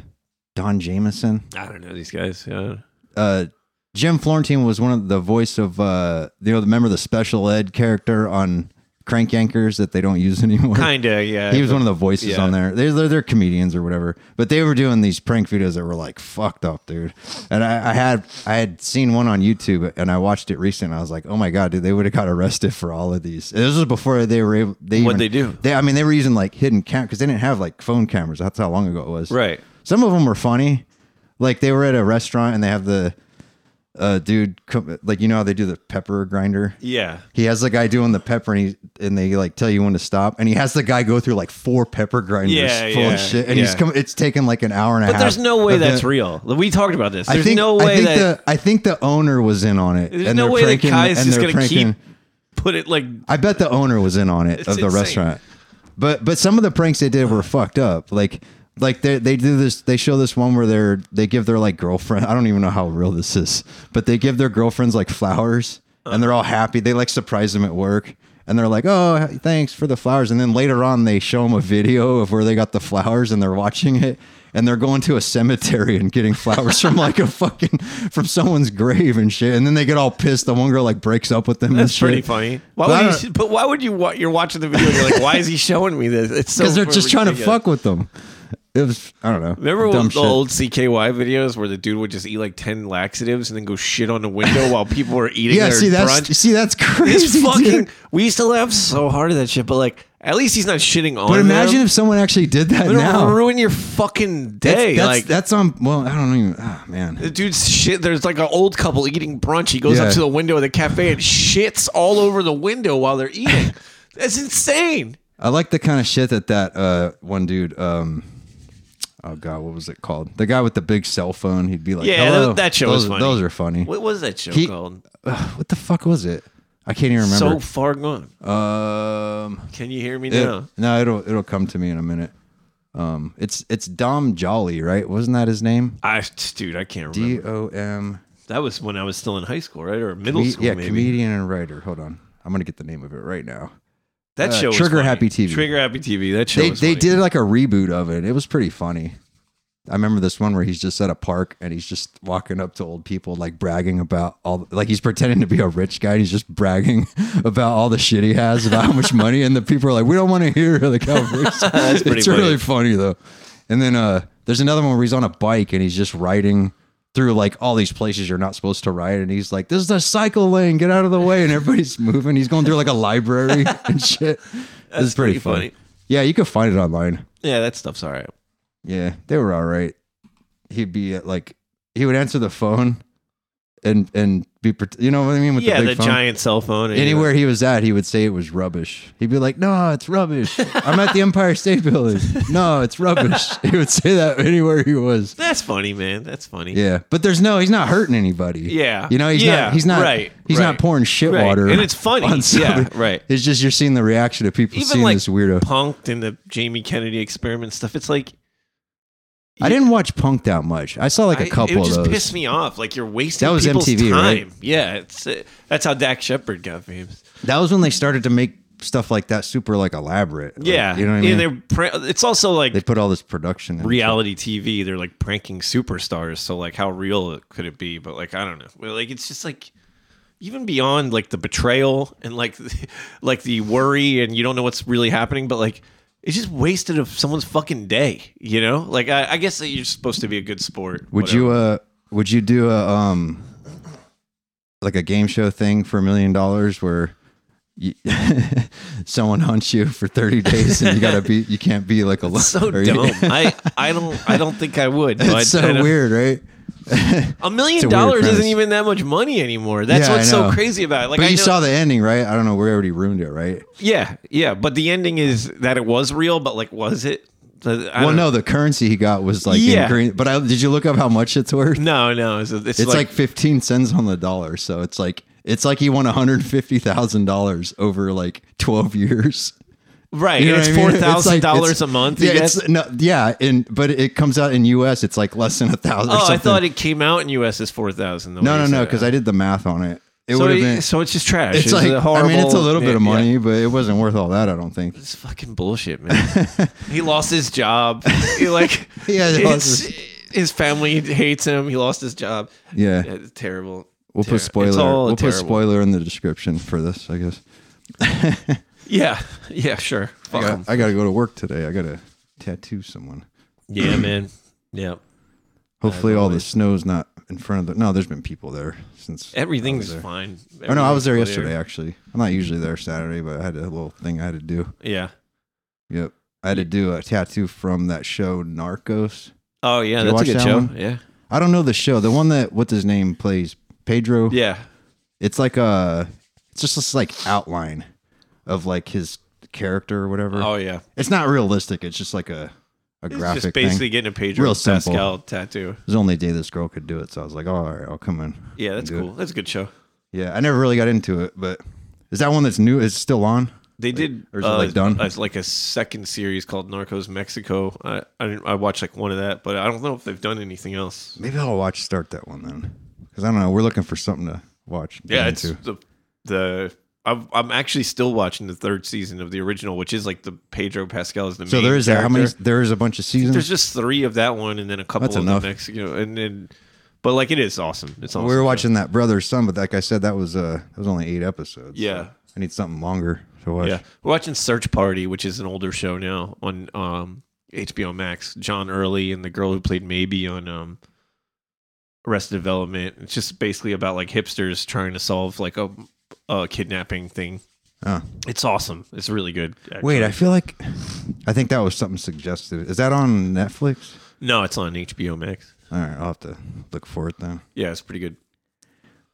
Speaker 3: Don Jameson.
Speaker 2: I don't know these guys. Yeah.
Speaker 3: uh, Jim Florentine was one of the voice of uh, you know, remember the special ed character on Crank Yankers that they don't use anymore.
Speaker 2: Kinda, yeah.
Speaker 3: He was one of the voices
Speaker 2: Yeah.
Speaker 3: on there. They're, they're they're comedians or whatever, but they were doing these prank videos that were like fucked up, dude. And I, I had I had seen one on YouTube and I watched it recently. And I was like, oh my god, dude, they would have got arrested for all of these. And this was before they were able. They
Speaker 2: What'd
Speaker 3: even-
Speaker 2: they do?
Speaker 3: They I mean, they were using like hidden cam because they didn't have like phone cameras. That's how long ago it was.
Speaker 2: Right.
Speaker 3: Some of them were funny. Like they were at a restaurant and they have the uh, dude, come, like you know how they do the pepper grinder.
Speaker 2: Yeah.
Speaker 3: He has the guy doing the pepper and he and they like tell you when to stop. And he has the guy go through like four pepper grinders
Speaker 2: Yeah,
Speaker 3: full
Speaker 2: yeah,
Speaker 3: of shit. And he's
Speaker 2: yeah.
Speaker 3: come. It's taken like an hour and a
Speaker 2: But
Speaker 3: half.
Speaker 2: there's no way
Speaker 3: of
Speaker 2: that's
Speaker 3: the-
Speaker 2: real. We talked about this.
Speaker 3: I
Speaker 2: There's
Speaker 3: think,
Speaker 2: no
Speaker 3: I
Speaker 2: way
Speaker 3: think
Speaker 2: that
Speaker 3: the I think the owner was in on it.
Speaker 2: there's
Speaker 3: and
Speaker 2: no
Speaker 3: they're
Speaker 2: way that
Speaker 3: pranking-
Speaker 2: Kai's
Speaker 3: and
Speaker 2: just
Speaker 3: they're
Speaker 2: gonna
Speaker 3: pranking-
Speaker 2: keep put it like
Speaker 3: I bet the owner was in on it
Speaker 2: It's
Speaker 3: of the
Speaker 2: insane.
Speaker 3: restaurant. But but some of the pranks they did were fucked up. Like like they they do this they show this one where they're they give their like girlfriend I don't even know how real this is but they give their girlfriends like flowers and they're all happy they like surprise them at work and they're like oh thanks for the flowers and then later on they show them a video of where they got the flowers and they're watching it and they're going to a cemetery and getting flowers from like a fucking from someone's grave and shit and then they get all pissed the one girl like breaks up with them
Speaker 2: That's
Speaker 3: and
Speaker 2: pretty
Speaker 3: shit.
Speaker 2: funny. Why
Speaker 3: But I
Speaker 2: would
Speaker 3: don't-
Speaker 2: you, but why would you? wa- You're watching the video. and You're like, why is he showing me this? It's so
Speaker 3: because they're just trying to
Speaker 2: ridiculous.
Speaker 3: fuck with them it was I don't know
Speaker 2: Remember
Speaker 3: dumb
Speaker 2: the
Speaker 3: shit.
Speaker 2: old CKY videos where the dude would just eat like ten laxatives and then go shit on the window while people were eating
Speaker 3: yeah
Speaker 2: their
Speaker 3: see that's
Speaker 2: brunch?
Speaker 3: see that's
Speaker 2: It's
Speaker 3: crazy
Speaker 2: fucking.
Speaker 3: dude.
Speaker 2: We used to laugh so hard at that shit, but like, at least he's not shitting on.
Speaker 3: But imagine
Speaker 2: them.
Speaker 3: if someone actually did that
Speaker 2: it'll
Speaker 3: now.
Speaker 2: ruin your fucking
Speaker 3: that's,
Speaker 2: day.
Speaker 3: that's,
Speaker 2: like
Speaker 3: that's on. Well, I don't even. Oh man,
Speaker 2: the dude's shit. There's like an old couple eating brunch. He goes
Speaker 3: Yeah.
Speaker 2: up to the window of the cafe and shits all over the window while they're eating. that's insane.
Speaker 3: I like the kind of shit that that uh, one dude. Um, oh god, what was it called? The guy with the big cell phone. He'd be like,
Speaker 2: Yeah,
Speaker 3: Hello.
Speaker 2: that- that show
Speaker 3: those,
Speaker 2: was funny.
Speaker 3: Those are funny. What?
Speaker 2: What was that show
Speaker 3: He-
Speaker 2: called?
Speaker 3: what the fuck was it? I can't even
Speaker 2: So
Speaker 3: remember.
Speaker 2: far gone.
Speaker 3: um,
Speaker 2: Can you hear me
Speaker 3: it-
Speaker 2: now?
Speaker 3: no, it'll it'll come to me in a minute. Um, it's it's Dom Jolly, right? Wasn't that his name?
Speaker 2: I, dude, I can't remember.
Speaker 3: D O M.
Speaker 2: That was when I was still in high school, right, or middle
Speaker 3: Com-
Speaker 2: school,
Speaker 3: Yeah,
Speaker 2: maybe.
Speaker 3: comedian and writer. Hold on, I'm gonna get the name of it right now.
Speaker 2: that
Speaker 3: uh,
Speaker 2: show was
Speaker 3: Trigger
Speaker 2: funny.
Speaker 3: Happy TV.
Speaker 2: Trigger Happy TV. That show.
Speaker 3: they
Speaker 2: was
Speaker 3: they
Speaker 2: funny.
Speaker 3: did like a reboot of it. It was pretty funny. I remember this one where he's just at a park and he's just walking up to old people, like bragging about all, like he's pretending to be a rich guy. And he's just bragging about all the shit he has, about how much money, and the people are like, "We don't want to hear like how rich." That's
Speaker 2: pretty
Speaker 3: it's
Speaker 2: funny.
Speaker 3: really funny though. And then uh, there's another one where he's on a bike and he's just riding through like all these places you're not supposed to ride, and he's like, "This is the cycle lane, get out of the way!" And everybody's moving. He's going through like a library and shit. That's it's pretty,
Speaker 2: pretty
Speaker 3: funny.
Speaker 2: funny.
Speaker 3: Yeah, you can find it online.
Speaker 2: Yeah, that stuff's all right.
Speaker 3: Yeah, they were all right. He'd be at like he would answer the phone, and and be pret- you know what I mean with
Speaker 2: yeah,
Speaker 3: the
Speaker 2: the
Speaker 3: big phone.
Speaker 2: giant cell phone. and-
Speaker 3: Anywhere he was at, he would say it was rubbish. He'd be like, "No, it's rubbish. I'm at the Empire State Building. No, it's rubbish." He would say that anywhere he was.
Speaker 2: That's funny, man. That's funny.
Speaker 3: Yeah, but there's no, he's not hurting anybody.
Speaker 2: Yeah.
Speaker 3: you know, he's
Speaker 2: Yeah,
Speaker 3: not, he's not,
Speaker 2: right,
Speaker 3: he's
Speaker 2: right.
Speaker 3: not pouring shit
Speaker 2: Right.
Speaker 3: water,
Speaker 2: And it's funny.
Speaker 3: on
Speaker 2: Yeah,
Speaker 3: somebody.
Speaker 2: right.
Speaker 3: It's just you're seeing the reaction of people
Speaker 2: Even
Speaker 3: seeing
Speaker 2: like
Speaker 3: this weirdo.
Speaker 2: punked and the Jamie Kennedy experiment stuff. It's like
Speaker 3: I didn't watch Punk that much. I saw like
Speaker 2: I-
Speaker 3: a couple
Speaker 2: It would just
Speaker 3: of those.
Speaker 2: pissed me off. Like you're wasting.
Speaker 3: That was
Speaker 2: people's
Speaker 3: MTV,
Speaker 2: time.
Speaker 3: right?
Speaker 2: Yeah, it's uh, that's how Dak Shepard got famous.
Speaker 3: That was when they started to make stuff like that super like elaborate. Like,
Speaker 2: Yeah,
Speaker 3: you know what I
Speaker 2: Yeah,
Speaker 3: mean.
Speaker 2: they're pra- it's also like
Speaker 3: they put all this production. In
Speaker 2: reality TV. They're like pranking superstars. So like, how real could it be? But like, I don't know. Well, like, it's just like even beyond like the betrayal and like like the worry and you don't know what's really happening. But like, it's just wasted of someone's fucking day. You know? Like, I, I guess that you're supposed to be a good sport.
Speaker 3: Would you uh? Would you do a um, like a game show thing for a million dollars where? You, someone hunts you for 30 days and you gotta be you can't be like alone
Speaker 2: So
Speaker 3: or you-
Speaker 2: dumb. I, I don't I don't think I would. But
Speaker 3: it's so
Speaker 2: I don't-
Speaker 3: weird right
Speaker 2: A
Speaker 3: It's a
Speaker 2: million
Speaker 3: weird
Speaker 2: dollars
Speaker 3: premise.
Speaker 2: isn't even that much money anymore. That's
Speaker 3: Yeah, I
Speaker 2: what's so
Speaker 3: know.
Speaker 2: crazy about it. Like
Speaker 3: but
Speaker 2: I
Speaker 3: you
Speaker 2: know-
Speaker 3: saw the ending right i don't know we already ruined it right
Speaker 2: Yeah, yeah, but the ending is that it was real, but like, was it? The- I
Speaker 3: well
Speaker 2: don't-
Speaker 3: no the currency he got was like
Speaker 2: Yeah.
Speaker 3: in green but I, did you look up how much it's worth
Speaker 2: no, no. It's, it's,
Speaker 3: It's
Speaker 2: like,
Speaker 3: like, 15 cents on the dollar. So it's like it's like he won $150,000 over like 12 years.
Speaker 2: right.
Speaker 3: You know
Speaker 2: it's
Speaker 3: what I mean?
Speaker 2: four
Speaker 3: It's like-
Speaker 2: thousand dollars
Speaker 3: it's-
Speaker 2: a month.
Speaker 3: Yeah,
Speaker 2: you guess?
Speaker 3: it's, no, yeah, and but it comes out in US it's like less than a thousand or
Speaker 2: oh,
Speaker 3: something.
Speaker 2: I thought it came out in U.S. as four thousand.
Speaker 3: No, no, no, cuz I did the math on it. It
Speaker 2: so,
Speaker 3: would have
Speaker 2: it-
Speaker 3: been
Speaker 2: so it's just trash.
Speaker 3: it's like
Speaker 2: a
Speaker 3: I
Speaker 2: horrible,
Speaker 3: mean it's a little bit of
Speaker 2: yeah, yeah.
Speaker 3: money, but it wasn't worth all that, I don't think.
Speaker 2: It's fucking bullshit, man. he lost his job. He like,
Speaker 3: Yeah, he
Speaker 2: his,
Speaker 3: lost
Speaker 2: his family hates him. He lost his job.
Speaker 3: Yeah.
Speaker 2: it's terrible.
Speaker 3: We'll
Speaker 2: Ter-
Speaker 3: put
Speaker 2: it's
Speaker 3: spoiler.
Speaker 2: all
Speaker 3: We'll put
Speaker 2: terrible.
Speaker 3: spoiler in the description for this, I guess.
Speaker 2: Yeah, yeah, sure.
Speaker 3: I
Speaker 2: Fuck
Speaker 3: got,
Speaker 2: 'em.
Speaker 3: I got to go to work today. I got to tattoo someone.
Speaker 2: Yeah, man. Yeah.
Speaker 3: Hopefully, all the snow's not in front of the. No, there's been people there since.
Speaker 2: Everything's fine.
Speaker 3: Oh no, I was there
Speaker 2: Everything's
Speaker 3: yesterday actually. I'm not usually there Saturday, but I had a little thing I had to do.
Speaker 2: clear. Yeah.
Speaker 3: Yep, I had to do a tattoo from that show Narcos.
Speaker 2: Oh yeah, that's
Speaker 3: Did you
Speaker 2: a
Speaker 3: watch
Speaker 2: good
Speaker 3: that
Speaker 2: show.
Speaker 3: one?
Speaker 2: Yeah.
Speaker 3: I don't know the show. The one that what's his name plays Pedro.
Speaker 2: Yeah.
Speaker 3: it's like a. It's just this like outline of like his character or whatever.
Speaker 2: Oh yeah.
Speaker 3: It's not realistic. It's just like a a
Speaker 2: It's
Speaker 3: graphic
Speaker 2: just basically
Speaker 3: thing.
Speaker 2: getting a Pedro
Speaker 3: Real simple.
Speaker 2: Pascal tattoo.
Speaker 3: It was the only day this girl could do it, so I was like, oh, all right, I'll come in.
Speaker 2: Yeah,
Speaker 3: and
Speaker 2: that's
Speaker 3: do it."
Speaker 2: cool. That's a good show.
Speaker 3: Yeah, I never really got into it, but is that one that's new? Is it still on?
Speaker 2: They did uh,
Speaker 3: or is it, like, done?
Speaker 2: a- like a second series called Narcos Mexico. I I, didn't, I watched like one of that, but I don't know if they've done anything else.
Speaker 3: Maybe I'll watch start that one then, because I don't know. We're looking for something to watch.
Speaker 2: Yeah, it's the the I'm, I'm actually still watching the third season of the original, which is like the Pedro Pascal is the
Speaker 3: so
Speaker 2: main
Speaker 3: there is that. How many?
Speaker 2: character.
Speaker 3: There is a bunch of
Speaker 2: There's
Speaker 3: seasons.
Speaker 2: just three of that one, and then a couple
Speaker 3: That's
Speaker 2: of
Speaker 3: enough.
Speaker 2: the next, you know, and then. But like it is awesome. It's awesome.
Speaker 3: we were watching that brother son, but like I said, that was uh that was only eight episodes.
Speaker 2: Yeah.
Speaker 3: I need something longer to watch.
Speaker 2: Yeah, we're watching Search Party, which is an older show now on um, HBO Max. John Early and the girl who played Maybe on um, Arrested Development. It's just basically about like hipsters trying to solve like a, a kidnapping thing.
Speaker 3: Oh.
Speaker 2: It's awesome. It's really good. actually.
Speaker 3: Wait, I feel like I think that was something suggested. Is that on Netflix?
Speaker 2: no, it's on HBO Max.
Speaker 3: All right, I'll have to look for it then.
Speaker 2: Yeah, it's pretty good.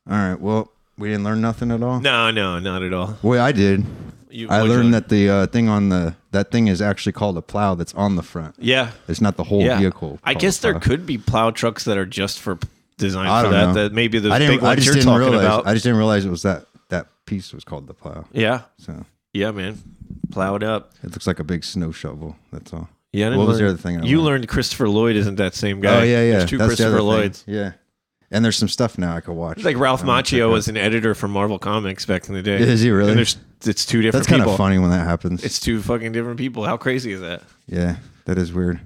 Speaker 3: All right, well, we didn't learn nothing at all.
Speaker 2: No, no, not at all.
Speaker 3: Well, I did.
Speaker 2: You-
Speaker 3: I
Speaker 2: what'd you learn?
Speaker 3: learned that the uh, thing on the that thing is actually called a plow. That's on the front.
Speaker 2: Yeah,
Speaker 3: It's not the whole
Speaker 2: yeah.
Speaker 3: vehicle.
Speaker 2: I
Speaker 3: called
Speaker 2: guess
Speaker 3: a
Speaker 2: there
Speaker 3: plow.
Speaker 2: could be plow trucks that are just for designed
Speaker 3: I
Speaker 2: for
Speaker 3: don't
Speaker 2: that.
Speaker 3: know.
Speaker 2: That maybe those
Speaker 3: I didn't.
Speaker 2: big
Speaker 3: I
Speaker 2: ones
Speaker 3: just
Speaker 2: you're
Speaker 3: didn't
Speaker 2: talking
Speaker 3: realize.
Speaker 2: about.
Speaker 3: I just didn't realize it was that that piece was called the plow.
Speaker 2: yeah,
Speaker 3: So
Speaker 2: yeah, man, plow it up.
Speaker 3: it looks like a big snow shovel. That's all.
Speaker 2: Yeah, I didn't
Speaker 3: What was
Speaker 2: learn-
Speaker 3: the other thing I
Speaker 2: you
Speaker 3: learned?
Speaker 2: learned Christopher Lloyd isn't that same guy?
Speaker 3: Oh yeah, yeah.
Speaker 2: There's two
Speaker 3: That's the other
Speaker 2: Christopher
Speaker 3: thing.
Speaker 2: Lloyds.
Speaker 3: Yeah, and there's some stuff now I could watch.
Speaker 2: Like Ralph
Speaker 3: I wanna check
Speaker 2: Macchio
Speaker 3: out.
Speaker 2: was an editor for Marvel Comics back in the day.
Speaker 3: Is he really?
Speaker 2: And there's it's two different.
Speaker 3: That's kind
Speaker 2: people.
Speaker 3: of funny when that happens.
Speaker 2: It's two fucking different people. How crazy is that?
Speaker 3: yeah, that is weird.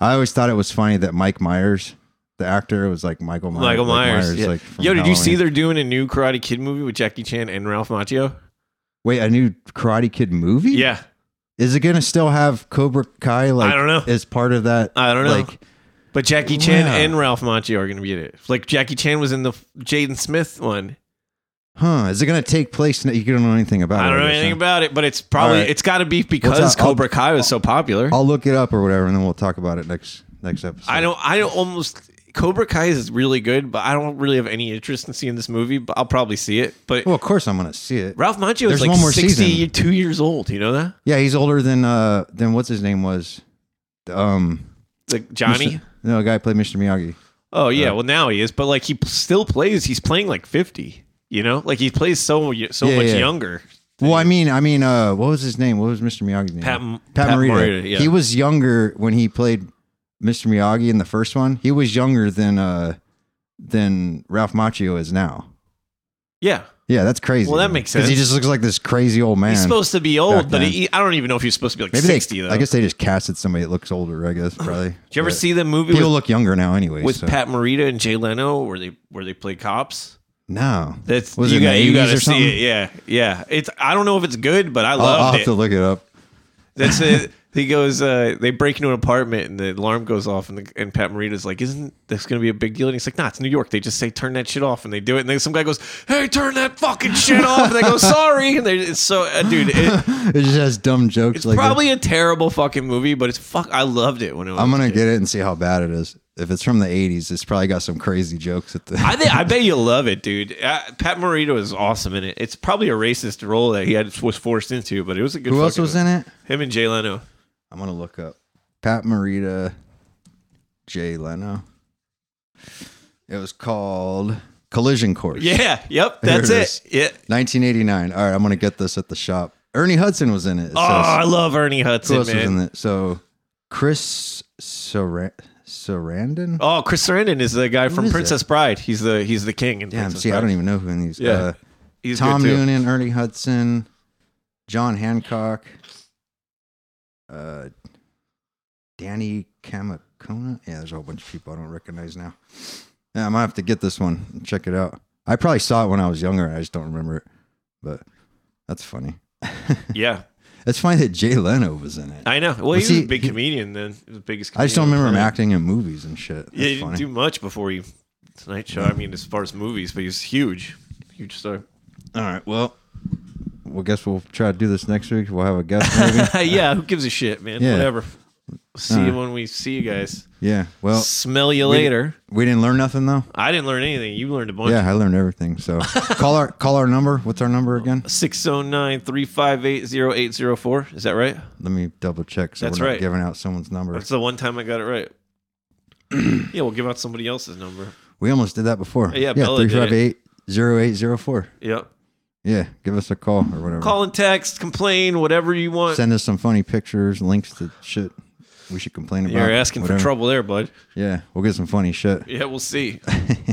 Speaker 3: I always thought it was funny that Mike Myers, the actor, was like Michael Myers.
Speaker 2: Michael
Speaker 3: like
Speaker 2: Myers. yeah.
Speaker 3: like, from
Speaker 2: Yo, did you see
Speaker 3: Halloween.
Speaker 2: they're doing a new Karate Kid movie with Jackie Chan and Ralph Macchio?
Speaker 3: Wait, a new Karate Kid movie?
Speaker 2: Yeah,
Speaker 3: Is it gonna still have Cobra Kai? Like,
Speaker 2: don't know.
Speaker 3: As part of that,
Speaker 2: I don't know.
Speaker 3: Like,
Speaker 2: but Jackie Chan
Speaker 3: Wow.
Speaker 2: and Ralph Macchio are gonna be in it. Like Jackie Chan was in the Jaden Smith one.
Speaker 3: huh? Is it gonna take place? You don't know anything about it.
Speaker 2: I don't know
Speaker 3: guess,
Speaker 2: anything
Speaker 3: huh?
Speaker 2: about it, but it's probably
Speaker 3: right.
Speaker 2: it's got to be
Speaker 3: Well,
Speaker 2: because
Speaker 3: it's not- I'll-
Speaker 2: Cobra Kai was so popular.
Speaker 3: I'll look it up or whatever, and then we'll talk about it next next episode.
Speaker 2: I don't. I don't almost Cobra Kai is really good, but I don't really have any interest in seeing this movie. But I'll probably see it. But
Speaker 3: Well, of course I'm gonna see it.
Speaker 2: Ralph Macchio
Speaker 3: there's
Speaker 2: is like
Speaker 3: one more
Speaker 2: sixty-two years old. You know that?
Speaker 3: Yeah, he's older than uh than what's his name was, um
Speaker 2: Like Johnny.
Speaker 3: Mr. No, a guy who played Mr. Miyagi.
Speaker 2: Oh yeah. well, now he is, but like he p- still plays. He's playing like fifty. You know, like he plays so y- so
Speaker 3: Yeah,
Speaker 2: much
Speaker 3: yeah.
Speaker 2: younger.
Speaker 3: Well, I mean, I mean, uh, what was his name? What was Mr. Miyagi's name?
Speaker 2: Pat M- Pat Morita, yeah.
Speaker 3: He was younger when he played Mr. Miyagi in the first one. He was younger than uh than Ralph Macchio is now.
Speaker 2: Yeah.
Speaker 3: Yeah, that's crazy.
Speaker 2: Well, that makes
Speaker 3: Because he
Speaker 2: sense.
Speaker 3: just looks like this crazy old man.
Speaker 2: He's supposed to be old, but
Speaker 3: then.
Speaker 2: he, I don't even know if he's supposed to be like
Speaker 3: Maybe
Speaker 2: sixty.
Speaker 3: they,
Speaker 2: though.
Speaker 3: I guess they just casted somebody that looks older. I guess probably.
Speaker 2: Did you ever
Speaker 3: But
Speaker 2: see the movie
Speaker 3: People
Speaker 2: with,
Speaker 3: look younger now, anyway.
Speaker 2: with
Speaker 3: so.
Speaker 2: Pat Morita and Jay Leno, where they where they play cops?
Speaker 3: No,
Speaker 2: That's
Speaker 3: was
Speaker 2: you
Speaker 3: it in
Speaker 2: got
Speaker 3: the
Speaker 2: you
Speaker 3: 80s
Speaker 2: got
Speaker 3: or
Speaker 2: to
Speaker 3: something?
Speaker 2: see it. Yeah, yeah. It's I don't know if it's good, but I
Speaker 3: I'll, I'll
Speaker 2: loved
Speaker 3: have to
Speaker 2: it.
Speaker 3: look it up.
Speaker 2: That's it. He goes. Uh, they break into an apartment, and the alarm goes off, and the, and Pat Morita's like, "Isn't this going to be a big deal?" And he's like, "Nah, it's New York. They just say turn that shit off, and they do it." And then some guy goes, "Hey, turn that fucking shit off!" And they go, "Sorry." And they it's so, uh, dude, it,
Speaker 3: It just has dumb jokes.
Speaker 2: it's
Speaker 3: like that.
Speaker 2: probably a terrible fucking movie, but it's fuck. I loved it when it was.
Speaker 3: I'm gonna
Speaker 2: a kid.
Speaker 3: get it and see how bad it is. If it's from the '80s, it's probably got some crazy jokes at the.
Speaker 2: I think I bet you'll love it, dude. Uh, Pat Morita is awesome in it. It's probably a racist role that he had was forced into, but it was a good.
Speaker 3: Who else
Speaker 2: fucking
Speaker 3: was
Speaker 2: movie.
Speaker 3: in it?
Speaker 2: Him and Jay Leno.
Speaker 3: I'm gonna look up Pat Morita, Jay Leno. It was called Collision Course.
Speaker 2: Yeah. Yep.
Speaker 3: There
Speaker 2: That's
Speaker 3: it
Speaker 2: it.
Speaker 3: is.
Speaker 2: Yeah.
Speaker 3: 1989. All right, I'm gonna get this at the shop. Ernie Hudson was in it. it
Speaker 2: Oh, I love Ernie
Speaker 3: says. who
Speaker 2: Hudson,
Speaker 3: else was in
Speaker 2: man.
Speaker 3: it? So Chris Saran- Sarandon.
Speaker 2: Oh, Chris Sarandon is the guy from
Speaker 3: is
Speaker 2: Princess Bride. He's the he's the king in
Speaker 3: Damn,
Speaker 2: Princess
Speaker 3: see,
Speaker 2: Bride.
Speaker 3: I don't even know who in these.
Speaker 2: Yeah.
Speaker 3: uh,
Speaker 2: He's
Speaker 3: Tom
Speaker 2: good too.
Speaker 3: Noonan, Ernie Hudson, John Hancock, uh, Danny Kamakona. Yeah, there's a whole bunch of people I don't recognize now. Yeah, I'm gonna have to get this one and check it out. I probably saw it when I was younger. and I just don't remember it, but that's funny.
Speaker 2: Yeah,
Speaker 3: It's funny that Jay Leno was in it. I,
Speaker 2: I know. Well, he was
Speaker 3: Was he-
Speaker 2: a big
Speaker 3: he-
Speaker 2: comedian then. He was the biggest.
Speaker 3: just don't
Speaker 2: comedian
Speaker 3: remember him
Speaker 2: on the
Speaker 3: acting in movies and shit. That's
Speaker 2: planet. Yeah, he didn't
Speaker 3: funny.
Speaker 2: do much before he Tonight Show. I mean, as far as movies, but he's huge, huge star.
Speaker 3: All right, well, well, guess we'll try to do this next week. We'll have a guest maybe.
Speaker 2: yeah, who gives a shit, man?
Speaker 3: Yeah.
Speaker 2: Whatever. See you
Speaker 3: Alright.
Speaker 2: when we see you guys.
Speaker 3: yeah. Well,
Speaker 2: Smell you
Speaker 3: Oh. we-
Speaker 2: later.
Speaker 3: we didn't learn nothing though.
Speaker 2: I didn't learn anything. You learned a bunch.
Speaker 3: Yeah, I learned everything. So call our call our number. What's our number again?
Speaker 2: 609 358 0804. Is that right?
Speaker 3: Let me double check. So
Speaker 2: That's
Speaker 3: we're not
Speaker 2: right.
Speaker 3: giving out someone's number.
Speaker 2: That's the one time I got it right. yeah, we'll give out somebody else's number.
Speaker 3: We almost did that before.
Speaker 2: Yeah,
Speaker 3: yeah,
Speaker 2: Bella
Speaker 3: three
Speaker 2: did it.
Speaker 3: five eight zero eight zero four.
Speaker 2: Yep.
Speaker 3: Yeah, give us a call or whatever.
Speaker 2: Call and text, complain, whatever you want.
Speaker 3: Send us some funny pictures, links to shit we should complain about.
Speaker 2: You're asking
Speaker 3: whatever.
Speaker 2: for trouble there, bud.
Speaker 3: Yeah, we'll get some funny shit.
Speaker 2: Yeah, we'll see.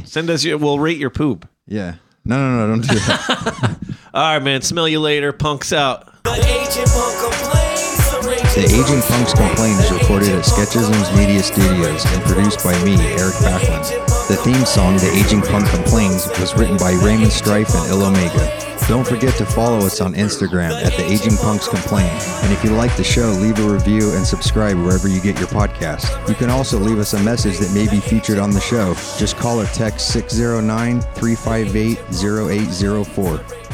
Speaker 2: Send us your. We'll rate your poop.
Speaker 3: Yeah. No, no, no, don't do that.
Speaker 2: All right, man. Smell you later. Punks out.
Speaker 1: The Agent Punk Complaints. The
Speaker 5: The
Speaker 1: Raging
Speaker 5: Agent Punk's Complaint is recorded at Sketchisms Media Studios and produced by me, Eric Backlund. The theme song, The Aging Punk Complains, was written by Raymond Strife and Il Omega.
Speaker 3: don't forget to follow us on Instagram at The Aging Punks Complain. And if you like the show, leave a review and subscribe wherever you get your podcast. You can also leave us a message that may be featured on the show. Just call or text 609 358 0804.